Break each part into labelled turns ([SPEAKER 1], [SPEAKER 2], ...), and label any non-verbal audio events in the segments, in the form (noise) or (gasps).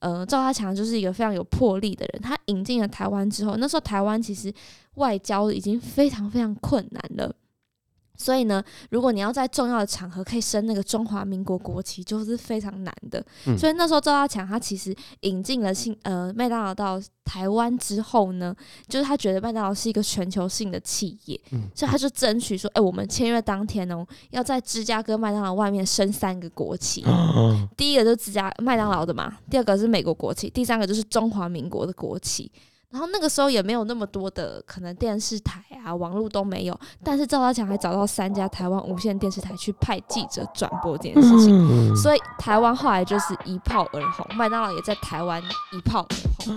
[SPEAKER 1] 呃，赵大强就是一个非常有魄力的人。他引进了台湾之后，那时候台湾其实外交已经非常非常困难了。所以呢，如果你要在重要的场合可以升那个中华民国国旗，就是非常难的。
[SPEAKER 2] 嗯
[SPEAKER 1] 所以那时候赵大强他其实引进了新呃麦当劳到台湾之后呢，就是他觉得麦当劳是一个全球性的企业，
[SPEAKER 2] 嗯
[SPEAKER 1] 所以他就争取说，哎、我们签约当天哦，要在芝加哥麦当劳外面升三个国旗。
[SPEAKER 2] 啊，
[SPEAKER 1] 第一个就是芝加麦当劳的嘛，第二个是美国国旗，第三个就是中华民国的国旗。然后那个时候也没有那么多的可能电视台啊、网络都没有，但是赵大强还找到三家台湾无线电视台去派记者转播这件事情，
[SPEAKER 2] 嗯
[SPEAKER 1] 所以台湾后来就是一炮而红，麦当劳也在台湾一炮而红。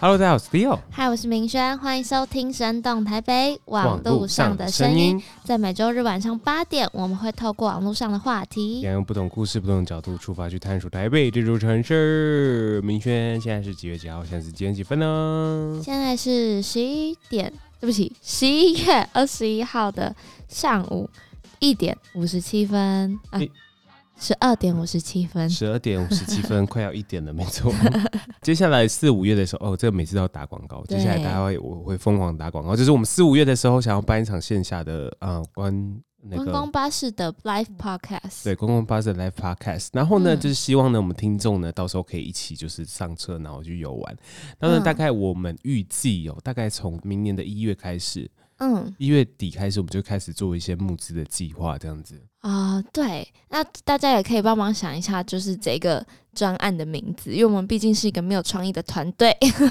[SPEAKER 2] Hello，大家好，我是 Leo，
[SPEAKER 3] 嗨，我是明轩，欢迎收听《生动台北》网路上的声音。，在每周日晚上八点，我们会透过网络上的话题。
[SPEAKER 2] 要用不同故事、不同角度出发去探索台北这座城市。明轩，现在是几月几号？现在是几点几分 (laughs) 呢？
[SPEAKER 3] 现在是十一点，对不起，十一月二十一号的上午一点五十七分啊
[SPEAKER 2] 一，
[SPEAKER 3] 十二点五十七分。
[SPEAKER 2] 十二点五十七分，快要一点了，没错。接下来四五月的时候，哦，这个每次都要打广告。
[SPEAKER 3] 对
[SPEAKER 2] 接下来大家会我会疯狂打广告，就是我们四五月的时候想要办一场线下的啊、呃关那
[SPEAKER 3] 观
[SPEAKER 2] 个
[SPEAKER 3] 光巴士的 Live Podcast，
[SPEAKER 2] 对公共巴士 live podcast，然后呢，
[SPEAKER 3] 嗯
[SPEAKER 2] 就是希望呢，我们听众呢，到时候可以一起就是上车，然后去游玩。然后呢，
[SPEAKER 3] 嗯
[SPEAKER 2] 大概我们预计有、大概从明年的一月开始，
[SPEAKER 3] 嗯
[SPEAKER 2] 一月底开始，我们就开始做一些募资的计划，这样子。
[SPEAKER 3] 啊、对，那大家也可以帮忙想一下，就是这个专案的名字，因为我们毕竟是一个没有创意的团队。 (laughs)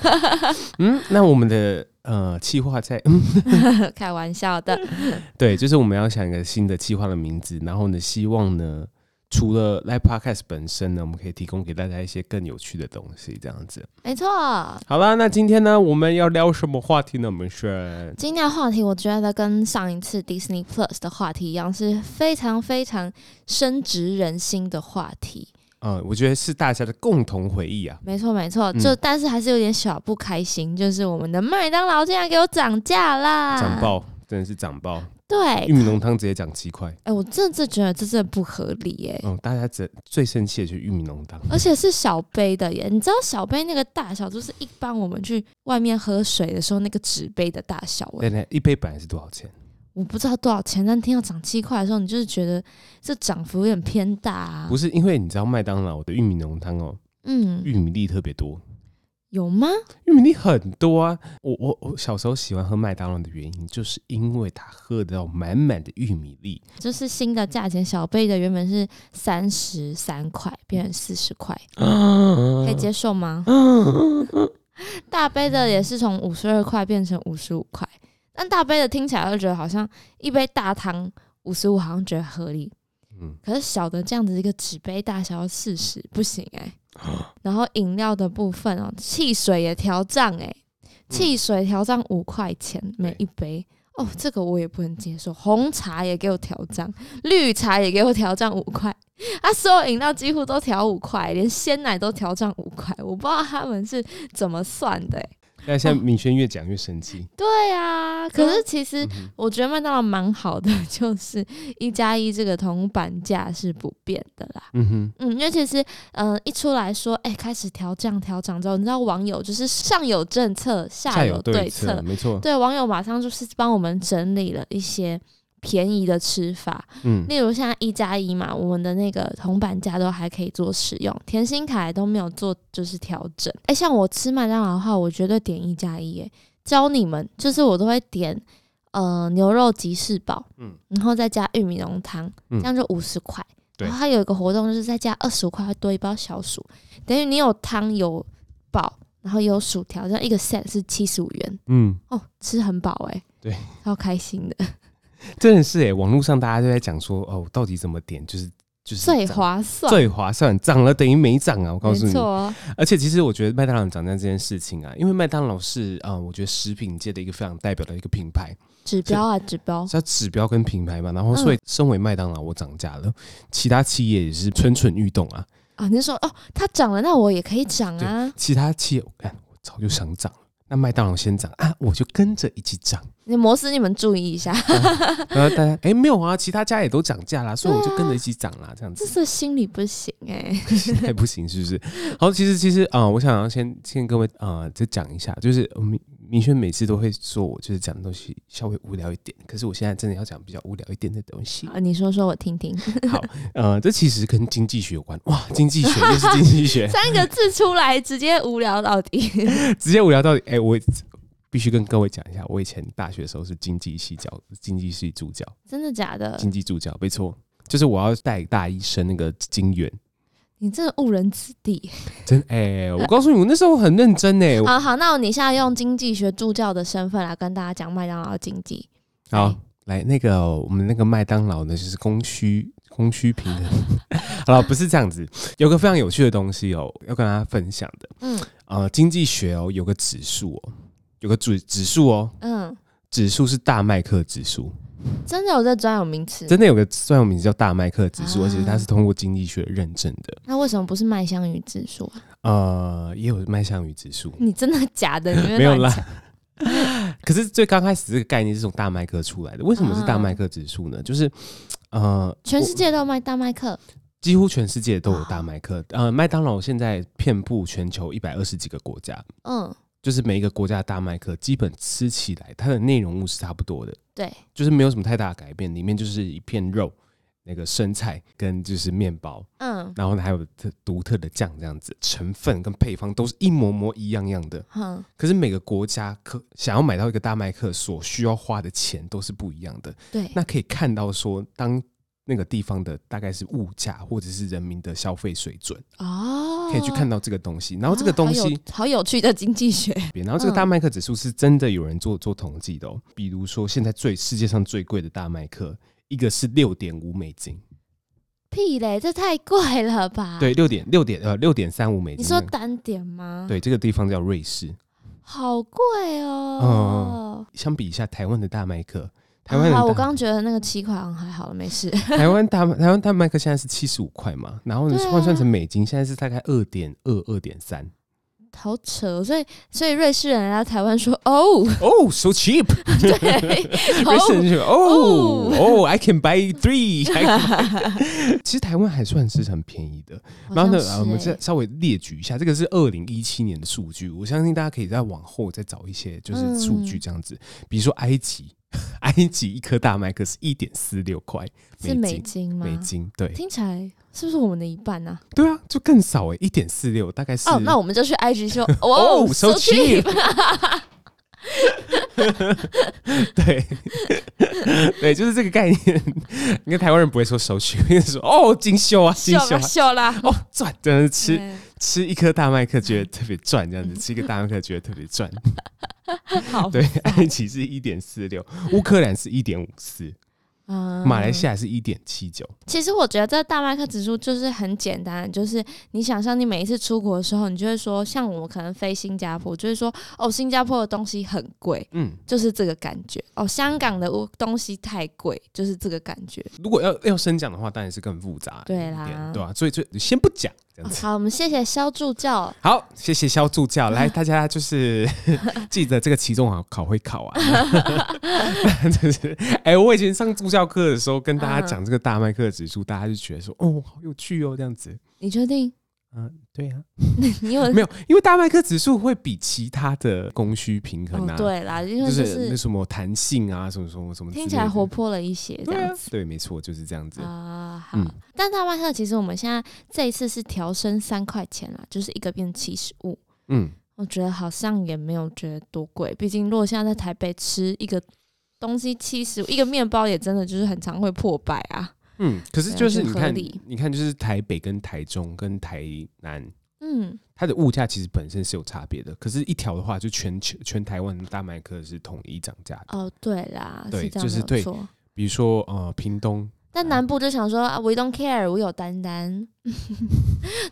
[SPEAKER 2] 嗯，那我们的呃计划在嗯
[SPEAKER 3] 开玩笑
[SPEAKER 2] (laughs)
[SPEAKER 3] 的，
[SPEAKER 2] 对，就是我们要想一个新的计划的名字，然后呢，希望呢。除了 live podcast 本身呢，我们可以提供给大家一些更有趣的东西，这样子。
[SPEAKER 3] 没错。
[SPEAKER 2] 好啦，那今天呢，我们要聊什么话题呢？我们选
[SPEAKER 3] 今天的话题，我觉得跟上一次 Disney Plus 的话题一样，是非常非常深植人心的话题。
[SPEAKER 2] 嗯，我觉得是大家的共同回忆啊。
[SPEAKER 3] 没错，没错，
[SPEAKER 2] 嗯
[SPEAKER 3] 就、但是还是有点小不开心，就是我们的麦当劳竟然给我涨价啦！
[SPEAKER 2] 涨！爆，真的是涨爆，
[SPEAKER 3] 对，
[SPEAKER 2] 玉
[SPEAKER 3] 啊哎、
[SPEAKER 2] 米浓汤直接涨七块。
[SPEAKER 3] 我真的觉得这真的不合理耶、
[SPEAKER 2] 嗯，大家最最生气的就是玉米浓汤，
[SPEAKER 3] 而且是小杯的耶，你知道小杯那个大小，就是一般我们去外面喝水的时候那个纸杯的大小哎
[SPEAKER 2] 对对，一杯本来是多少钱？
[SPEAKER 3] 我不知道多少钱，但听到涨七块的时候，你就是觉得这涨幅有点偏大、啊。
[SPEAKER 2] 不是因为你知道麦当劳的玉米浓汤哦，
[SPEAKER 3] 嗯，
[SPEAKER 2] 玉米粒特别多，
[SPEAKER 3] 有吗？
[SPEAKER 2] 玉米粒很多啊。我我我小时候喜欢喝麦当劳的原因，就是因为它喝得到满满的玉米粒。
[SPEAKER 3] 就是新的价钱，小杯的原本是三十三块，变成四十块，
[SPEAKER 2] 嗯
[SPEAKER 3] 可以接受吗？大杯的也是从五十二块变成五十五块，但大杯的听起来就觉得好像一杯大汤五十五好像觉得合理，
[SPEAKER 2] 嗯，
[SPEAKER 3] 可是小的这样子一个纸杯大小要四十，不行哎、然后饮料的部分哦，汽水也调涨哎，汽水调涨五块钱每一杯。哦，这个我也不能接受。红茶也给我调涨，绿茶也给我调涨五块，啊，所有饮料几乎都调五块，连鲜奶都调涨五块。我不知道他们是怎么算的、欸。
[SPEAKER 2] 但现在明轩越讲越生气。
[SPEAKER 3] 对啊，可是其实
[SPEAKER 2] 嗯哼
[SPEAKER 3] 我觉得麦当劳蛮好的，就是一加一这个铜板价是不变的啦。
[SPEAKER 2] 嗯哼，
[SPEAKER 3] 嗯，因为其实，嗯、一出来说，哎、开始调降调涨之后，你知道网友就是上有政策，下
[SPEAKER 2] 有
[SPEAKER 3] 对
[SPEAKER 2] 策，没错。
[SPEAKER 3] 对，网友马上就是帮我们整理了一些便宜的吃法，
[SPEAKER 2] 嗯，
[SPEAKER 3] 例如现在一加一嘛，我们的那个铜板价都还可以做使用，甜心卡都没有做就是调整。哎、像我吃麦当劳的话，我绝对点一加一，哎，教你们，就是我都会点呃牛肉吉士堡，
[SPEAKER 2] 嗯
[SPEAKER 3] 嗯，然后再加玉米浓汤，
[SPEAKER 2] 嗯
[SPEAKER 3] 这样就五十块。
[SPEAKER 2] 对
[SPEAKER 3] 然后它有一个活动，就是再加二十五块，会多一包小薯，等于你有汤有堡，然后有薯条，这样一个 set 是七十五元
[SPEAKER 2] 嗯，
[SPEAKER 3] 哦，吃很饱哎、
[SPEAKER 2] 对，
[SPEAKER 3] 超开心的，
[SPEAKER 2] 真的是哎，网络上大家都在讲说，哦，到底怎么点，就是就是
[SPEAKER 3] 最
[SPEAKER 2] 涨
[SPEAKER 3] 划算，
[SPEAKER 2] 最划算，涨了等于没涨啊！我告诉
[SPEAKER 3] 没
[SPEAKER 2] 你，
[SPEAKER 3] 错。哦
[SPEAKER 2] 而且其实我觉得麦当劳涨价这件事情啊，因为麦当劳是啊、呃我觉得食品界的一个非常代表的一个品牌，
[SPEAKER 3] 指标啊，指标
[SPEAKER 2] 是它指标跟品牌嘛。然后
[SPEAKER 3] 嗯
[SPEAKER 2] 所以身为麦当劳，我涨价了，其他企业也是蠢蠢欲动啊。
[SPEAKER 3] 啊！你就说哦，它涨了，那我也可以涨啊，
[SPEAKER 2] 其他企业，我看我早就想涨了，那麦当劳先涨啊，我就跟着一起
[SPEAKER 3] (laughs)
[SPEAKER 2] 涨。
[SPEAKER 3] 你摩斯，你们注意一下， (laughs)
[SPEAKER 2] 然后大家哎、没有啊，其他家也都涨价啦，所以我就跟着一起涨啦，这样
[SPEAKER 4] 这
[SPEAKER 2] 子
[SPEAKER 4] 是心理不行哎、
[SPEAKER 2] (laughs) 还不行是不是？好，其实其实啊、呃我想要先先跟各位啊再讲一下，就是呃明明轩每次都会说我就是讲的东西稍微无聊一点，可是我现在真的要讲比较无聊一点的东西。
[SPEAKER 3] 啊你说说我听
[SPEAKER 2] (laughs)
[SPEAKER 3] 听。，
[SPEAKER 2] 呃，这其实跟经济学有关哇，经济学又是经济
[SPEAKER 3] (laughs)
[SPEAKER 2] 学
[SPEAKER 3] 三个字出来，直接无聊到
[SPEAKER 2] (laughs)
[SPEAKER 3] 底。
[SPEAKER 2] 直接无聊到底。哎、我必须跟各位讲一下，我以前大学的时候是经济系教经济系助教，
[SPEAKER 3] 真的假的？
[SPEAKER 2] 经济助教没错，就是我要带大一升那个金元。
[SPEAKER 3] 你真的误人子弟。
[SPEAKER 2] 真哎、我告诉你，我那时候很认真哎、我
[SPEAKER 3] 好好，那你现在用经济学助教的身份来跟大家讲麦当劳的经济。
[SPEAKER 2] 好，来那个我们那个麦当劳呢，就是供需供需平衡。 (laughs) 好了，不是这样子，有个非常有趣的东西哦，要跟大家分享的。
[SPEAKER 3] 嗯
[SPEAKER 2] 呃，经济学哦，有个指数哦，有个指指数哦，
[SPEAKER 3] 嗯，
[SPEAKER 2] 指数是大麦克指数，
[SPEAKER 3] 真的有这专有名词。
[SPEAKER 2] 真的有个专有名字叫大麦克指数，
[SPEAKER 3] 啊
[SPEAKER 2] 而且它是通过经济学认证的。
[SPEAKER 3] 那为什么不是麦香鱼指数啊？
[SPEAKER 2] 呃，也有麦香鱼指数，
[SPEAKER 3] 你真的假
[SPEAKER 2] (laughs)
[SPEAKER 3] 的？你在
[SPEAKER 2] 没有
[SPEAKER 3] 乱
[SPEAKER 2] 啦 (laughs)
[SPEAKER 3] 讲。
[SPEAKER 2] 可是最刚开始这个概念是从大麦克出来的，为什么是大麦克指数呢？就是呃，
[SPEAKER 3] 全世
[SPEAKER 2] 我
[SPEAKER 3] 界都有卖大麦克，
[SPEAKER 2] 几乎全世界都有大麦克，呃，麦当劳现在遍布全球一百二十几个国家，
[SPEAKER 3] 嗯，
[SPEAKER 2] 就是每一个国家的大麦克基本吃起来它的内容物是差不多的，
[SPEAKER 3] 对，
[SPEAKER 2] 就是没有什么太大的改变，里面就是一片肉。那个生菜跟就是面包，
[SPEAKER 3] 嗯，
[SPEAKER 2] 然后呢还有特独特的酱这样子，成分跟配方都是一模模一样样的。
[SPEAKER 3] 哼，
[SPEAKER 2] 可是每个国家可想要买到一个大麦克所需要花的钱都是不一样的。
[SPEAKER 3] 对，
[SPEAKER 2] 那可以看到说，当那个地方的大概是物价或者是人民的消费水准，
[SPEAKER 3] 哦，
[SPEAKER 2] 可以去看到这个东西。然
[SPEAKER 3] 啊。
[SPEAKER 2] 后这个东西
[SPEAKER 3] 好有，好有趣的嗯经济学，
[SPEAKER 2] 然后这个大麦克指数是真的有人做做统计的哦。比如说，现在最世界上最贵的大麦克，一个是六点五美金，
[SPEAKER 3] (laughs) 屁嘞，这太贵了吧？，
[SPEAKER 2] 对，六点六点呃六点三五美
[SPEAKER 3] 啊你
[SPEAKER 2] 金。
[SPEAKER 3] 说单点吗？，
[SPEAKER 2] 对，这个地方叫瑞士。
[SPEAKER 3] 好贵哦。
[SPEAKER 2] 相比一下台湾的大麦克，嗯台湾的
[SPEAKER 3] 啊，
[SPEAKER 2] 大
[SPEAKER 3] 我刚刚觉得那个七块好像还好了，没事。 (laughs)
[SPEAKER 2] 台湾大台湾大麦克现在是七十五块嘛，然后呢
[SPEAKER 3] 对啊
[SPEAKER 2] 换算成美金，现在是大概二点二二点三。
[SPEAKER 3] 好扯哦，所以所以瑞士人来到台湾说 (laughs) 哦，
[SPEAKER 2] 哦、s o cheap！
[SPEAKER 3] (laughs)
[SPEAKER 2] (laughs)
[SPEAKER 3] 对，
[SPEAKER 2] 瑞士
[SPEAKER 3] 哦， (laughs)
[SPEAKER 2] 人就哦哦，I can buy three (laughs) I can buy。其实台湾还算是很便宜的。然后呢，呃我们再
[SPEAKER 3] 这
[SPEAKER 2] 稍微列举一下，这个是二零一七年的数据，我相信大家可以再往后再找一些就是数
[SPEAKER 3] 嗯
[SPEAKER 2] 据这样子，比如说埃及， (laughs) 埃及一颗大麦克是一点四六块
[SPEAKER 3] 是美金吗？
[SPEAKER 2] 美金，对
[SPEAKER 3] 听起来是不是我们的一半呢、
[SPEAKER 2] 对啊，就更少哎，一点四六大概是
[SPEAKER 3] 哦，那我们就去 IG
[SPEAKER 2] (laughs)
[SPEAKER 3] 说哦
[SPEAKER 2] 哦 so
[SPEAKER 3] (laughs)
[SPEAKER 2] cheap 对， (laughs) 对，就是这个概念。你看台湾人不会说手续，会说哦精修啊，精
[SPEAKER 3] 秀啦
[SPEAKER 2] 修啊，
[SPEAKER 3] 秀啦，
[SPEAKER 2] 哦赚，真的是吃
[SPEAKER 3] 对
[SPEAKER 2] 吃一颗大麦克觉得
[SPEAKER 3] 嗯
[SPEAKER 2] 特别赚，这样子吃一个大麦克觉得特别赚。
[SPEAKER 3] (laughs) 好
[SPEAKER 2] 对，埃及是一点四六，乌克兰是一点五四，
[SPEAKER 3] 啊
[SPEAKER 2] 马来西亚是一点七九，
[SPEAKER 3] 其实我觉得这大麦克指数就是很简单，就是你想象你每一次出国的时候，你就会说，像我可能飞新加坡，就是说哦，新加坡的东西很贵，
[SPEAKER 2] 嗯。
[SPEAKER 3] 就是这个感觉。哦，香港的物东西太贵，就是这个感觉。
[SPEAKER 2] 如果要要深讲的话，当然是更复杂一
[SPEAKER 3] 对
[SPEAKER 2] 点，
[SPEAKER 3] 啦
[SPEAKER 2] 对啊吧、所以就先不讲这样
[SPEAKER 3] 哦
[SPEAKER 2] 子。
[SPEAKER 3] 好，我们谢谢肖助教。
[SPEAKER 2] 好，谢谢肖助
[SPEAKER 3] (laughs)
[SPEAKER 2] 教，来大家就是 (laughs) 记得这个期中考考会考啊，
[SPEAKER 3] (laughs)
[SPEAKER 2] 就是哎、我以前上助教课的时候跟
[SPEAKER 3] 嗯
[SPEAKER 2] 大家讲这个大麦克指数，大家就觉得说哦，好有趣哦，这样子。
[SPEAKER 3] 你确定？ (laughs)
[SPEAKER 2] 嗯，对啊，
[SPEAKER 3] 你有
[SPEAKER 2] 没有，因为大麦克指数会比其他的供需平衡
[SPEAKER 3] 哦
[SPEAKER 2] 啊，，
[SPEAKER 3] 对啦，因
[SPEAKER 2] 就
[SPEAKER 3] 为就是
[SPEAKER 2] 那
[SPEAKER 3] 是
[SPEAKER 2] 什么弹性啊，什么什么什么之类
[SPEAKER 3] 听
[SPEAKER 2] 的，
[SPEAKER 3] 起来活泼了一些这
[SPEAKER 2] 对
[SPEAKER 3] 样
[SPEAKER 2] 啊
[SPEAKER 3] 子，
[SPEAKER 2] 对，没错，就是这样子。
[SPEAKER 3] 啊。好
[SPEAKER 2] 嗯，
[SPEAKER 3] 但大麦克其实我们现在这一次是调升三块钱啦，就是一个变七十五。
[SPEAKER 2] 嗯，
[SPEAKER 3] 我觉得好像也没有觉得多贵，毕竟如果现在在台北吃一个东西七十，一个面包也真的就是很常会破百啊。
[SPEAKER 2] 嗯，可是
[SPEAKER 3] 对
[SPEAKER 2] 就是
[SPEAKER 3] 就
[SPEAKER 2] 你
[SPEAKER 3] 合
[SPEAKER 2] 看
[SPEAKER 3] 理，
[SPEAKER 2] 你看，就是台北跟台中跟台南，
[SPEAKER 3] 嗯，
[SPEAKER 2] 它的物价其实本身是有差别的。可是，一条的话，就全球全台湾的大麦克是统一涨价的。
[SPEAKER 3] 哦，对啦，
[SPEAKER 2] 对
[SPEAKER 3] 是这
[SPEAKER 2] 就是
[SPEAKER 3] 样没
[SPEAKER 2] 对
[SPEAKER 3] 有错。
[SPEAKER 2] 比如说，呃，屏东，
[SPEAKER 3] 但南部就想说啊，we don't care，我有丹丹。 (laughs)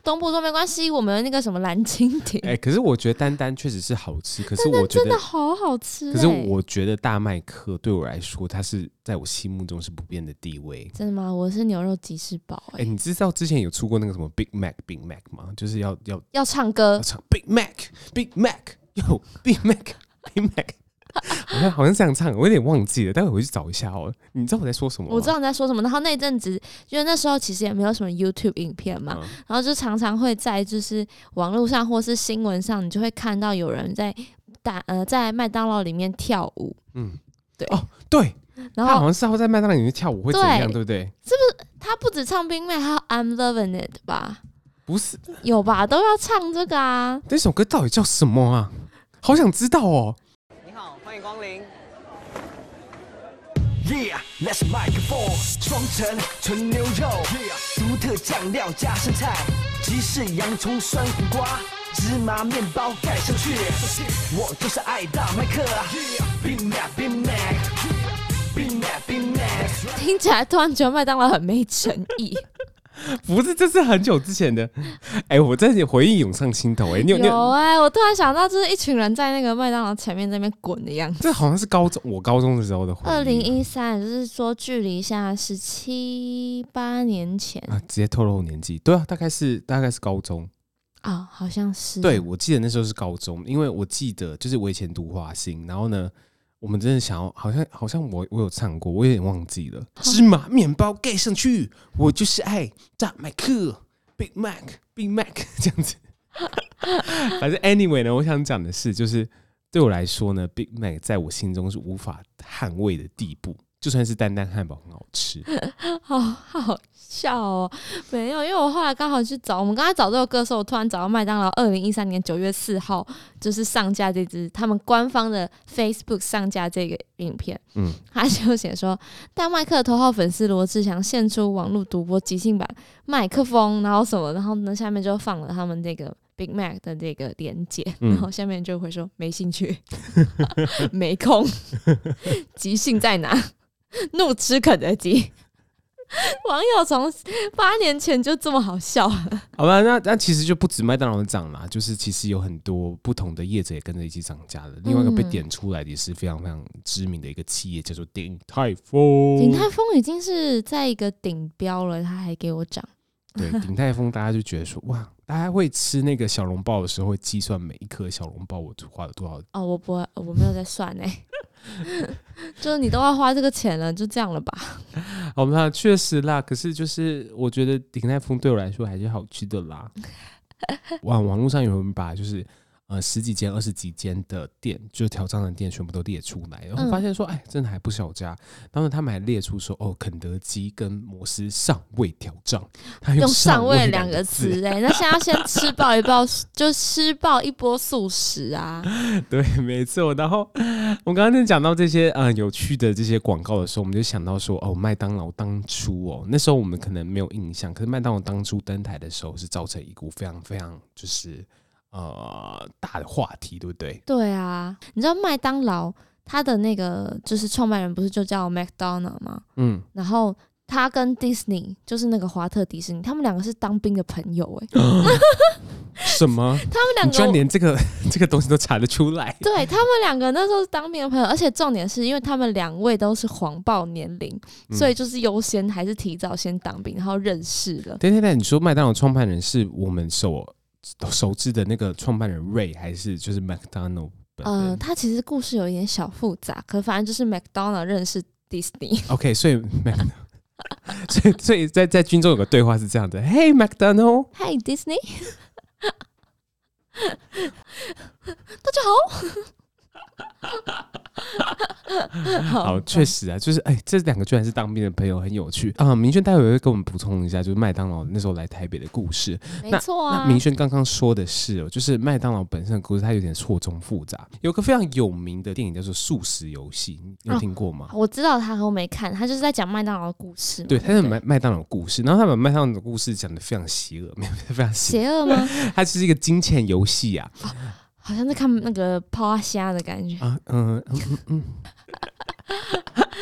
[SPEAKER 3] 东部说没关系，我们有那个什么蓝蜻蜓，
[SPEAKER 2] 哎、可是我觉得丹丹确实是好吃，可是我觉
[SPEAKER 3] 真的
[SPEAKER 2] 得，
[SPEAKER 3] 好好吃、欸。
[SPEAKER 2] 可是我觉得大麦克对我来说，它是在我心目中是不变的地位。
[SPEAKER 3] 真的吗？我是牛肉吉士堡、
[SPEAKER 2] 哎、
[SPEAKER 3] 欸，
[SPEAKER 2] 你知道之前有出过那个什么 Big Mac Big Mac 吗？就是要要
[SPEAKER 3] 要唱
[SPEAKER 2] 要
[SPEAKER 3] 歌
[SPEAKER 2] 唱 Big Mac Big Mac 有 Big Mac，Big Mac，好 (laughs) 像好像这样唱，我有点忘记了，待会回去找一下哦。你知道我在说什么吗？
[SPEAKER 3] 我知道你在说什么。然后那阵子，因为那时候其实也没有什么 YouTube 影片嘛，
[SPEAKER 2] 嗯
[SPEAKER 3] 然后就常常会在就是网络上或是新闻上，你就会看到有人在大呃在麦当劳里面跳舞，
[SPEAKER 2] 嗯，
[SPEAKER 3] 对
[SPEAKER 2] 哦，对，
[SPEAKER 3] 然
[SPEAKER 2] 他好
[SPEAKER 3] 后
[SPEAKER 2] 像是要在麦当劳里面跳舞会怎样，
[SPEAKER 3] 对
[SPEAKER 2] 对不对？
[SPEAKER 3] 他不止唱冰妹，还有 I'm loving it 吧，
[SPEAKER 2] 不是，
[SPEAKER 3] 有吧，都要唱这个啊。 (laughs)
[SPEAKER 2] 这首歌到底叫什么啊？好想知道哦。
[SPEAKER 5] 你好，欢迎光临。
[SPEAKER 6] Yeah, that's microphone，双哦层纯牛肉独特酱料加生菜，即是洋葱、酸苦瓜、芝麻面包盖上去。我就是爱大麦克，Big 啊 Mac，Big Mac，Big Mac，Big Mac。
[SPEAKER 3] 听起来突然觉得麦当劳很没诚意。
[SPEAKER 2] 不是，这是很久之前的。哎、我真的回忆涌上心头、哎， (laughs) 你有你
[SPEAKER 3] 有
[SPEAKER 2] 有，
[SPEAKER 3] 哎、我突然想到，就是一群人在那个麦当劳前面那边滚的样子。
[SPEAKER 2] 这好像是高中我高中的时候的回忆。
[SPEAKER 3] 二零一三，就是说距离现在是七八年前
[SPEAKER 2] 啊，直接透露年纪。对啊，大概是大概是高中。
[SPEAKER 3] 啊、哦，好像是
[SPEAKER 2] 对，我记得那时候是高中，因为我记得就是我以前读华兴，然后呢，我们真的想要，好像好像我我有唱过，我有点忘记了。芝麻面包盖上去，我就是爱大麦克，Big Mac，Big Mac (laughs) 这样子。反正 anyway 呢，我想讲的是，就是对我来说呢，Big Mac 在我心中是无法捍卫的地步。就算是单单汉堡很好吃，
[SPEAKER 3] 好好笑哦，没有，因为我后来刚好去找，我们刚才找这首歌的时候，我突然找到麦当劳二零一三年九月四号就是上架这支他们官方的 Facebook 上架这个影片，
[SPEAKER 2] 嗯，
[SPEAKER 3] 他就写说大麦克头号粉丝罗志祥献出网络独播即兴版麦克风，然后什么，然后呢下面就放了他们这个 Big Mac 的这个连接，
[SPEAKER 2] 嗯
[SPEAKER 3] 然后下面就会说没兴趣， (laughs) 没空，即兴在哪？怒吃肯德基。网友从八年前就这么好笑啊了，
[SPEAKER 2] 好吧，那那其实就不止麦当劳涨啦，就是其实有很多不同的业者也跟着一起涨价了。另外一个
[SPEAKER 3] 嗯
[SPEAKER 2] 被点出来的也是非常非常知名的一个企业，叫做鼎泰丰。
[SPEAKER 3] 鼎泰丰已经是在一个顶标了，他还给我涨。
[SPEAKER 2] 对鼎泰丰，大家就觉得说哇，大家会吃那个小笼包的时候会计算每一颗小笼包我花了多少。
[SPEAKER 3] 哦，我不会，我没有在算哎、 (laughs) 就是你都要花这个钱了，就这样了吧？
[SPEAKER 2] 好吧，确实啦，可是就是我觉得鼎泰丰对我来说还是好吃的
[SPEAKER 3] (laughs)
[SPEAKER 2] 啦。网网络上有人把就是。呃，十几间、二十几间的店，就调账的店，全部都列出来，然后
[SPEAKER 3] 嗯
[SPEAKER 2] 发现说，哎，真的还不少家。当时他们还列出说，哦，肯德基跟摩斯尚未调账，
[SPEAKER 3] (laughs)
[SPEAKER 2] 他
[SPEAKER 3] 用“
[SPEAKER 2] 尚
[SPEAKER 3] 上位”两
[SPEAKER 2] 两
[SPEAKER 3] 个
[SPEAKER 2] 字，
[SPEAKER 3] 词哎、那现在要先吃爆一爆，就吃爆一波素食啊！
[SPEAKER 2] (laughs) 对，没错。然后我刚刚在讲到这些呃有趣的这些广告的时候，我们就想到说，哦，麦当劳当初哦，那时候我们可能没有印象，可是麦当劳当初登台的时候是造成一股非常非常就是呃大的话题，对不对？
[SPEAKER 3] 对啊，你知道麦当劳它的那个就是创办人不是就叫 McDonald 吗？ (laughs)
[SPEAKER 2] 嗯，
[SPEAKER 3] 然后他跟 Disney 就是那个华特迪士尼，他们两个是当兵的朋友哎、(laughs)
[SPEAKER 2] 什么？
[SPEAKER 3] 他们两
[SPEAKER 2] 你居然
[SPEAKER 3] 个
[SPEAKER 2] 连这个 (laughs) 这个东西都查得出来？
[SPEAKER 3] 对他们两个那时候是当兵的朋友，而且重点是因为他们两位都是黄暴年龄，
[SPEAKER 2] 嗯
[SPEAKER 3] 所以就是优先还是提早先当兵，然后认识了。
[SPEAKER 2] 对对对，你说麦当劳创办人是我们熟熟知的那个创办人 Ray，还是就是 McDonald 本人？
[SPEAKER 3] 呃，他其实故事有一点小复杂，可反正就是 McDonald 认识 Disney， (laughs)
[SPEAKER 2] OK，所以 Mac，所以所以在在军中有个对话是这样的：Hey McDonald，
[SPEAKER 3] 嗨 Disney， (laughs) (laughs) 哦嗯
[SPEAKER 2] 好，确实啊，就是哎、这两个居然是当兵的朋友，很有趣啊。明轩待会会跟我们补充一下，就是麦当劳那时候来台北的故事。
[SPEAKER 3] 没错
[SPEAKER 2] 那
[SPEAKER 3] 啊
[SPEAKER 2] 明。轩刚刚说的是哦，就是麦当劳本身的故事，它有点错综复杂。有个非常有名的电影叫做《素食游戏》，你有
[SPEAKER 3] 哦
[SPEAKER 2] 听过吗？
[SPEAKER 3] 我知道他，可我没看，他就是在讲麦当劳的故事嘛。
[SPEAKER 2] (laughs) 对，它是麦麦当劳的故事，然后他把麦当劳的故事讲的非常邪恶，没有 (laughs) 非常邪
[SPEAKER 3] 邪
[SPEAKER 2] 恶，
[SPEAKER 3] 恶吗？
[SPEAKER 2] 它就是一个金钱游戏啊。
[SPEAKER 3] 好像在看那个泡啊虾的感觉。
[SPEAKER 2] 啊，嗯嗯嗯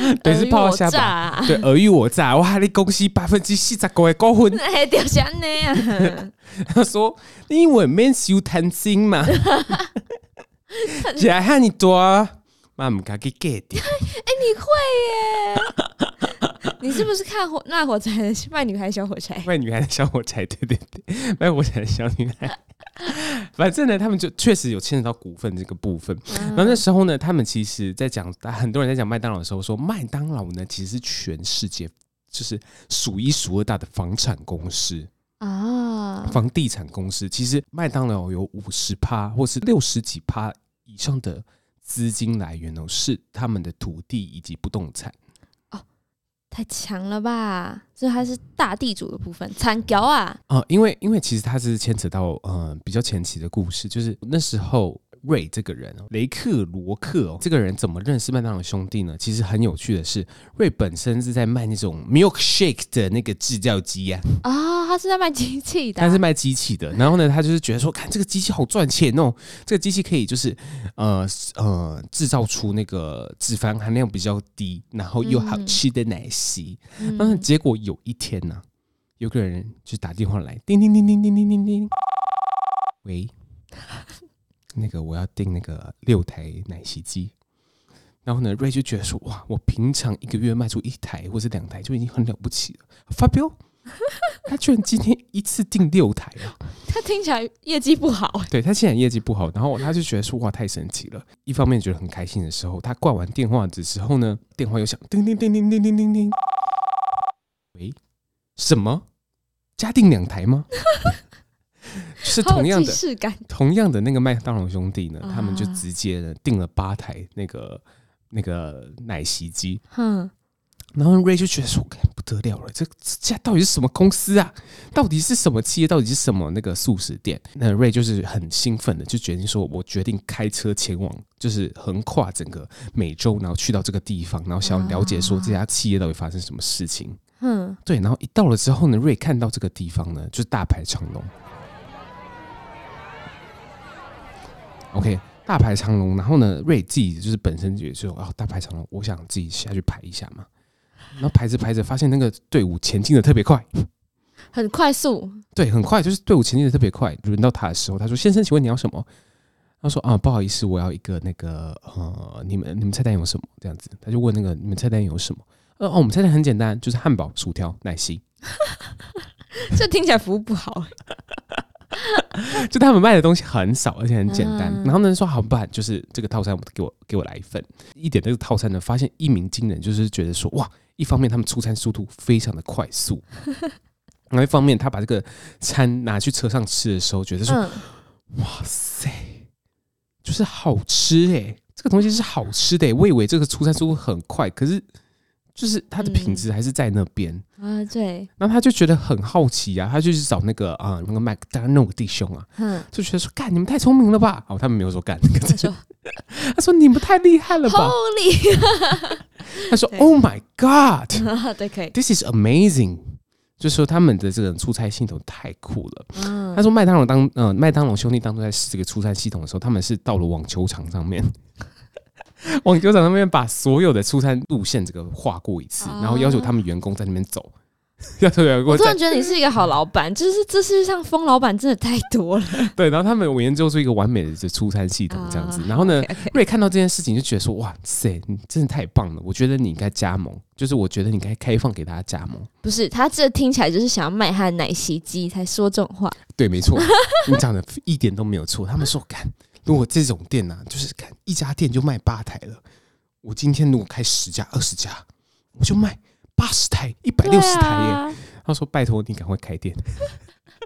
[SPEAKER 2] 嗯， (laughs) 对，是泡
[SPEAKER 3] 尔虞我
[SPEAKER 2] 虾
[SPEAKER 3] 诈
[SPEAKER 2] 吧？
[SPEAKER 3] 啊，
[SPEAKER 2] 对，尔虞我诈，哇！你恭喜百分之四十五的高分 (laughs)
[SPEAKER 3] (laughs) 哎，就是安尼啊，
[SPEAKER 2] 他说你英文免修贪心 (laughs) 嘛，一来汉你多，嘛唔敢去 get 掉，
[SPEAKER 3] 你会耶？ (laughs) 你是不是看火那火柴的卖女孩小火柴？
[SPEAKER 2] 卖女孩的小火柴，对对对，卖火柴的小女孩， (laughs) 反正呢，他们就确实有牵扯到股份这个部分。然后那时候呢，他们其实在讲，很多人在讲麦当劳的时候说，麦当劳呢其实是全世界就是数一数二大的房产公司。
[SPEAKER 3] 啊，
[SPEAKER 2] 房地产公司，其实麦当劳有五十趴或是六十几趴以上的资金来源哦，是他们的土地以及不动产。
[SPEAKER 3] 太强了吧！所以它是大地主的部分，惨屌啊！
[SPEAKER 2] 啊、因为因为其实它是牵扯到呃比较前期的故事，就是那时候瑞这个人哦，雷克罗克哦，这个人怎么认识麦当劳兄弟呢？其实很有趣的是，瑞本身是在卖那种 milkshake 的那个制造机呀、啊，
[SPEAKER 3] 啊，他是在卖机器的啊、
[SPEAKER 2] 他是卖机器的。然后呢，他就是觉得说，看这个机器好赚钱哦，这个机器可以就是呃呃制造出那个脂肪含量比较低，然后又好吃的奶昔。
[SPEAKER 3] 嗯
[SPEAKER 2] 但是结果有一天呢、有个人就打电话来，叮叮叮叮叮叮叮叮，喂，那个我要订那个六台奶昔机。然后呢，瑞就觉得说，哇，我平常一个月卖出一台或是两台就已经很了不起了，发飙，他居然今天一次订六台啊！
[SPEAKER 3] 他听起来业绩不 (laughs) 好、
[SPEAKER 2] 对他现在业绩不好，然后他就觉得说哇太神奇了。一方面觉得很开心的时候，他挂完电话的时候呢，电话又响，叮叮叮叮叮叮叮叮。喂，什么？嘉定两台吗？ (laughs) 就是
[SPEAKER 3] 好
[SPEAKER 2] 同
[SPEAKER 3] 有
[SPEAKER 2] 样
[SPEAKER 3] 既
[SPEAKER 2] 的，
[SPEAKER 3] 视感
[SPEAKER 2] 同样的那个麦当劳兄弟呢，他们就
[SPEAKER 3] 啊
[SPEAKER 2] 直接呢订了八台那个那个奶昔机，
[SPEAKER 3] 哼，
[SPEAKER 2] 然后 Ray 就觉得说，干不得了了，这这家到底是什么公司啊？到底是什么企业？到底是什么那个素食店？那 Ray 就是很兴奋的，就决定说，我决定开车前往，就是横跨整个美洲，然后去到这个地方，然后想要了解说这家企业到底发生什么事情。
[SPEAKER 3] 哼，
[SPEAKER 2] 对，然后一到了之后呢，Ray 看到这个地方呢，就是大排长龙。OK，大排长龙。然后呢，Ray 自己就是本身也就哦，大排长龙，我想自己下去排一下嘛。然后排着排着，发现那个队伍前进的特别快，
[SPEAKER 3] 很快速， (laughs)
[SPEAKER 2] 对，很快，就是队伍前进的特别快。轮到他的时候，他说：“先生，请问你要什么？”他说：“啊，不好意思，我要一个那个呃，你们你们菜单有什么？”这样子，他就问那个你们菜单有什么？呃，哦，我们菜单很简单，就是汉堡、薯条、奶昔。
[SPEAKER 3] 这听起来服务不好、
[SPEAKER 2] 就他们卖的东西很少，而且很简单。
[SPEAKER 3] 嗯
[SPEAKER 2] 然后呢，说好办，就是这个套餐，给我给我来一份。一点这个套餐呢，发现一鸣惊人，就是觉得说哇，一方面他们出餐速度非常的快速，然后一方面他把这个餐拿去车上吃的时候，觉得说、
[SPEAKER 3] 嗯，
[SPEAKER 2] 哇塞，就是好吃哎、这个东西是好吃的、欸。我以为这个出餐速度很快，可是就是它的品质还是在那边。
[SPEAKER 3] 啊，对，
[SPEAKER 2] 然后他就觉得很好奇啊，他就去找那个啊、那个麦当劳弟兄啊，
[SPEAKER 3] 哼，
[SPEAKER 2] 就觉得说干你们太聪明了吧？哦，他们没有说干，哦可
[SPEAKER 3] 他
[SPEAKER 2] 是
[SPEAKER 3] 说
[SPEAKER 2] 他说你们太厉害了吧？
[SPEAKER 3] Holy， (laughs)
[SPEAKER 2] 他说
[SPEAKER 3] 对
[SPEAKER 2] Oh my God,
[SPEAKER 3] 啊对，可以，
[SPEAKER 2] this is amazing。就说他们的这个出差系统太酷了。
[SPEAKER 3] 嗯
[SPEAKER 2] 他，说麦当劳当呃麦当劳兄弟当初在试这个出差系统的时候，他们是到了网球场上 (laughs) 面，网球场上面把所有的出差路线这个画过一次，然后要求他们员工在那边走， (laughs) 要求员工
[SPEAKER 3] 我突
[SPEAKER 2] 在
[SPEAKER 3] 然觉得你是一个好老板，就是这世界上疯老板真的太多了，
[SPEAKER 2] 对，然后他们有研究出一个完美的这出餐系统这样子。
[SPEAKER 3] 啊
[SPEAKER 2] 然后呢
[SPEAKER 3] OK，OK
[SPEAKER 2] 瑞看到这件事情就觉得说，哇塞，你真的太棒了！我觉得你应该加盟，就是我觉得你应该开放给大家加盟。
[SPEAKER 3] 不是他这听起来就是想要卖他的奶昔机才说这种话，
[SPEAKER 2] 对，没错，你讲的一点都没有错。他们说，干，如果这种店呢、啊，就是干一家店就卖八台了，我今天如果开十家、二十家，我就卖八十台、一百六十台
[SPEAKER 3] 对
[SPEAKER 2] 耶。
[SPEAKER 3] 啊
[SPEAKER 2] 他说：“拜托你赶快开店。” (laughs)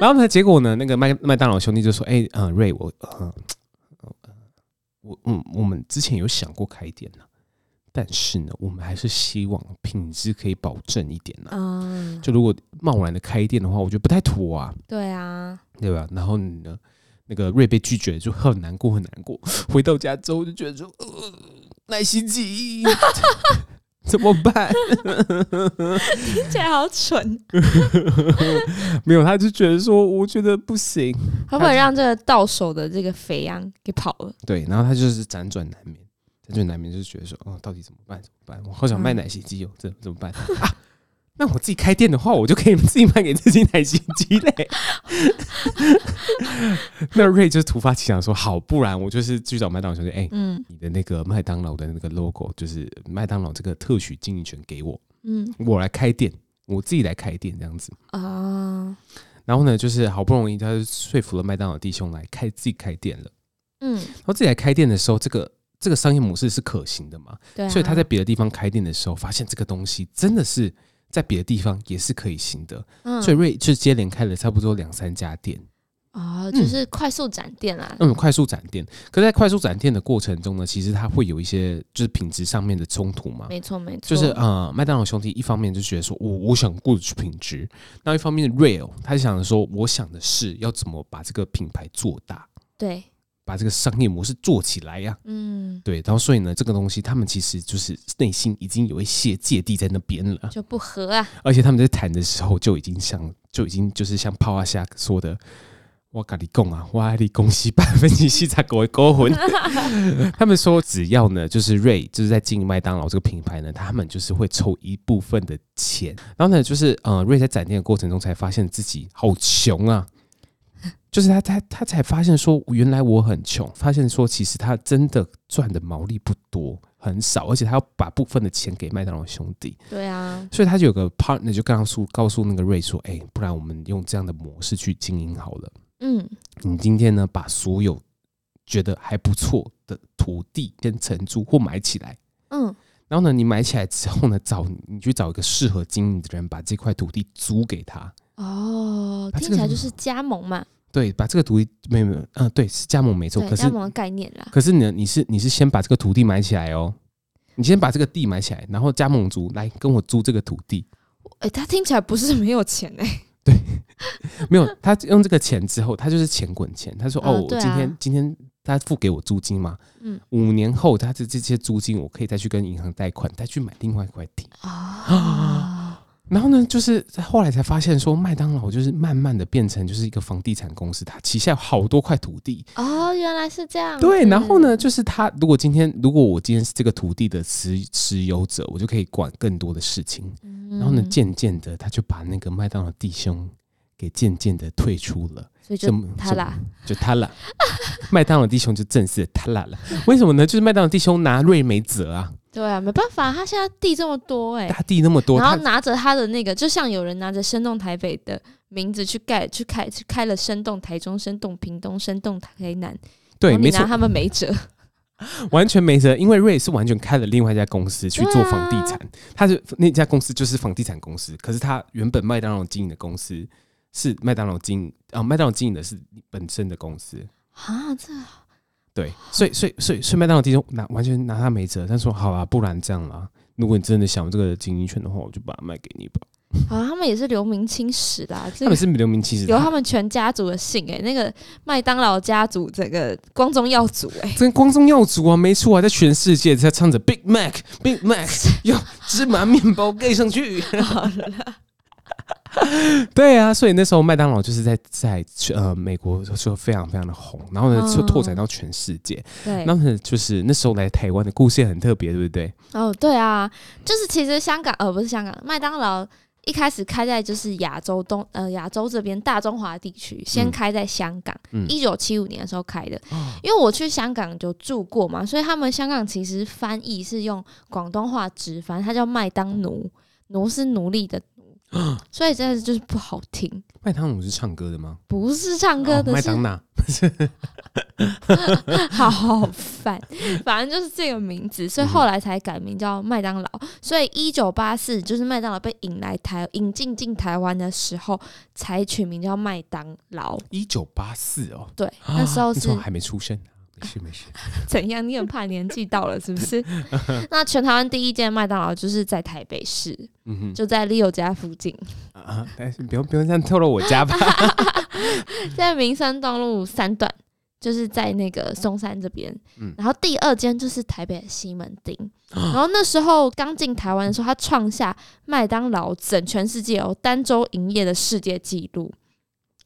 [SPEAKER 2] 然后呢，结果呢，那个麦麦当劳兄弟就说：“哎、嗯、瑞，我呃，呃我嗯，我们之前有想过开店呢、但是呢，我们还是希望品质可以保证一点呢、
[SPEAKER 3] 嗯，
[SPEAKER 2] 就如果贸然的开店的话，我觉得不太妥啊，
[SPEAKER 3] 对啊，
[SPEAKER 2] 对吧？然后你呢，那个瑞被拒绝就很难过，很难过。回到家之后就觉得说，呃，奶昔机 (laughs) 怎么办？”
[SPEAKER 3] 听起来好蠢，
[SPEAKER 2] 没有，他就觉得说，我觉得不行。
[SPEAKER 3] 会不会让这个到手的这个肥羊给跑了？
[SPEAKER 2] 对，然后他就是辗转难眠，辗转难眠就是觉得说，哦，到底怎么办？怎么办？我好想卖
[SPEAKER 3] 嗯
[SPEAKER 2] 奶昔机哦，这怎么办 (laughs) 啊？那我自己开店的话，我就可以 (laughs) 自己卖给自己奶昔机嘞。 (laughs) 那瑞就是突发奇想说，好，不然我就是去找麦当劳兄弟，哎、
[SPEAKER 3] 嗯
[SPEAKER 2] 你的那个麦当劳的那个 logo，就是麦当劳这个特许经营权给我，
[SPEAKER 3] 嗯
[SPEAKER 2] 我来开店，我自己来开店这样子。
[SPEAKER 3] 啊，
[SPEAKER 2] 然后呢，就是好不容易他就说服了麦当劳弟兄来开自己开店了。
[SPEAKER 3] 嗯，
[SPEAKER 2] 然后自己来开店的时候，这个这个商业模式是可行的嘛？
[SPEAKER 3] 对、啊，
[SPEAKER 2] 所以他在别的地方开店的时候，发现这个东西真的是在别的地方也是可以行的。
[SPEAKER 3] 嗯
[SPEAKER 2] 所以瑞就接连开了差不多两三家店，
[SPEAKER 3] 哦，就是快速展店啦，
[SPEAKER 2] 嗯，快速展店。可是在快速展店的过程中呢，其实它会有一些就是品质上面的冲突嘛。
[SPEAKER 3] 没错没错，
[SPEAKER 2] 就是呃，麦当劳兄弟一方面就觉得说我哦我想顾及品质，那一方面 Real 他想说我想的是要怎么把这个品牌做大，
[SPEAKER 3] 对，
[SPEAKER 2] 把这个商业模式做起来呀、
[SPEAKER 3] 嗯，
[SPEAKER 2] 对，然后所以呢，这个东西他们其实就是内心已经有一些芥蒂在那边了，
[SPEAKER 3] 就不合啊，
[SPEAKER 2] 而且他们在谈的时候就已经像就已经就是像泡阿虾说的，我跟你讲啊，我爱你恭喜百分之七才给我勾魂。他们说只要呢，就是瑞就是在经营麦当劳这个品牌呢，他们就是会抽一部分的钱。然后呢，就是呃，瑞在展店的过程中才发现自己好穷啊。就是他，他他才发现说，原来我很穷。发现说，其实他真的赚的毛利不多，很少，而且他要把部分的钱给麦当劳兄弟。
[SPEAKER 3] 对啊，
[SPEAKER 2] 所以他就有个 partner 就告诉告诉那个瑞说，哎、不然我们用这样的模式去经营好了。
[SPEAKER 3] 嗯，
[SPEAKER 2] 你今天呢，把所有觉得还不错的土地先承租或买起来，
[SPEAKER 3] 嗯，
[SPEAKER 2] 然后呢，你买起来之后呢，找你去找一个适合经营的人，把这块土地租给他。
[SPEAKER 3] 哦，
[SPEAKER 2] 啊
[SPEAKER 3] 听
[SPEAKER 2] 这个
[SPEAKER 3] 起来
[SPEAKER 2] 很
[SPEAKER 3] 就是加盟嘛，
[SPEAKER 2] 对，把这个土地没有没有，嗯、对，是加盟没错。
[SPEAKER 3] 对
[SPEAKER 2] 可，
[SPEAKER 3] 加
[SPEAKER 2] 是
[SPEAKER 3] 盟的概念啦，
[SPEAKER 2] 可是呢，你是你是先把这个土地买起来哦，你先把这个地买起来，然后加盟族来跟我租这个土地，
[SPEAKER 3] 哎、他听起来不是没有钱哎、
[SPEAKER 2] 没有，他用这个钱之后，他就是钱滚钱。他说：“
[SPEAKER 3] 啊
[SPEAKER 2] 哦，我
[SPEAKER 3] 对啊
[SPEAKER 2] 今天今天他付给我租金嘛，
[SPEAKER 3] 嗯
[SPEAKER 2] 五年后他这这些租金我可以再去跟银行贷款，再去买另外一块地。啊
[SPEAKER 3] 哦，
[SPEAKER 2] 然后呢，就是后来才发现说，麦当劳就是慢慢的变成就是一个房地产公司，它旗下有好多块土地。
[SPEAKER 3] 哦，原来是这样，
[SPEAKER 2] 对，然后呢，？就是他如果今天如果我今天是这个土地的持持有者，我就可以管更多的事情。
[SPEAKER 3] 嗯
[SPEAKER 2] 然后呢，渐渐的他就把那个麦当劳弟兄给渐渐的退出了。”
[SPEAKER 3] 所以就
[SPEAKER 2] 什么
[SPEAKER 3] 他
[SPEAKER 2] 什
[SPEAKER 3] 啦，
[SPEAKER 2] 就他了，麦当劳弟兄就正式的他啦了。为什么呢？就是麦当劳弟兄拿瑞没辙啊，
[SPEAKER 3] 对啊，没办法，他现在地这么多哎、
[SPEAKER 2] 大地那么多，
[SPEAKER 3] 然后
[SPEAKER 2] 他
[SPEAKER 3] 拿着他的那个，就像有人拿着生动台北的名字去盖、去开、去开了生动台中、生动屏东、生动台南，
[SPEAKER 2] 对，
[SPEAKER 3] 然后你
[SPEAKER 2] 没
[SPEAKER 3] 拿
[SPEAKER 2] 错，
[SPEAKER 3] 他们没
[SPEAKER 2] (laughs)
[SPEAKER 3] 辙。
[SPEAKER 2] 完全没辙，因为瑞是完全开了另外一家公司去做房地
[SPEAKER 3] 啊
[SPEAKER 2] 产，他是那家公司就是房地产公司，可是他原本麦当劳经营的公司是麦当劳经营啊，麦当劳经营的是本身的公司，
[SPEAKER 3] 啊，这
[SPEAKER 2] 对，所以所以所以所以麦当劳弟兄拿完全拿他没辙，他说好啦，不然这样啦，如果你真的想这个经营权的话，我就把它卖给你吧。
[SPEAKER 3] (laughs) 好像他们也是留名青史啦，这
[SPEAKER 2] 他
[SPEAKER 3] 个
[SPEAKER 2] 们是留名其实
[SPEAKER 3] 留他们全家族的姓哎诶、那个麦当劳家族整个光宗耀祖哎诶、
[SPEAKER 2] 真光宗耀祖啊，没错啊，在全世界在唱着 Big Mac Big
[SPEAKER 3] (laughs)
[SPEAKER 2] Mac，用芝麻面包盖上去。对啊，所以那时候麦当劳就是在在呃美国就非常非常的红，然后呢
[SPEAKER 3] 嗯
[SPEAKER 2] 就拓展到全世界。
[SPEAKER 3] 对，
[SPEAKER 2] 然后呢就是那时候来台湾的故事也很特别，对不对？
[SPEAKER 3] 哦，对啊，就是其实香港呃不是香港，麦当劳一开始开在就是亚洲东呃亚洲这边大中华地区，先
[SPEAKER 2] 嗯
[SPEAKER 3] 开在香港，
[SPEAKER 2] 嗯哦
[SPEAKER 3] 一九七五年的时候开的。因为我去香港就住过嘛，所以他们香港其实翻译是用广东话直翻，它叫麦当奴，奴是奴隶的奴，
[SPEAKER 2] 嗯
[SPEAKER 3] 所以真的就是不好听，
[SPEAKER 2] 麦当劳是唱歌的吗？
[SPEAKER 3] 不是唱歌
[SPEAKER 2] 哦
[SPEAKER 3] 的
[SPEAKER 2] 麦
[SPEAKER 3] 是
[SPEAKER 2] 当娜，
[SPEAKER 3] 好烦，反正就是这个名字，所以后来才改名叫麦当劳。所以一九八四就是麦当劳被引来台引进进台湾的时候，才取名叫麦当劳。
[SPEAKER 2] 一九八四哦，
[SPEAKER 3] 对，那时候
[SPEAKER 2] 那
[SPEAKER 3] 是
[SPEAKER 2] 时候还没
[SPEAKER 3] (laughs)
[SPEAKER 2] 出生。没事没事，
[SPEAKER 3] 怎样？你很怕年纪到了是不是？那全台湾第一间麦当劳就是在台北市，
[SPEAKER 2] 嗯哼，
[SPEAKER 3] 就在 Leo 家附近，
[SPEAKER 2] 啊啊，但是不用不用这样透露我家
[SPEAKER 3] (laughs)
[SPEAKER 2] 吧。
[SPEAKER 3] 在民生东路三段，就是在那个松山这边。
[SPEAKER 2] 嗯
[SPEAKER 3] 然后第二间就是台北的西门
[SPEAKER 2] (gasps)
[SPEAKER 3] 町。然后那时候刚进台湾的时候，他创下麦当劳整全世界哦单周营业的世界纪录。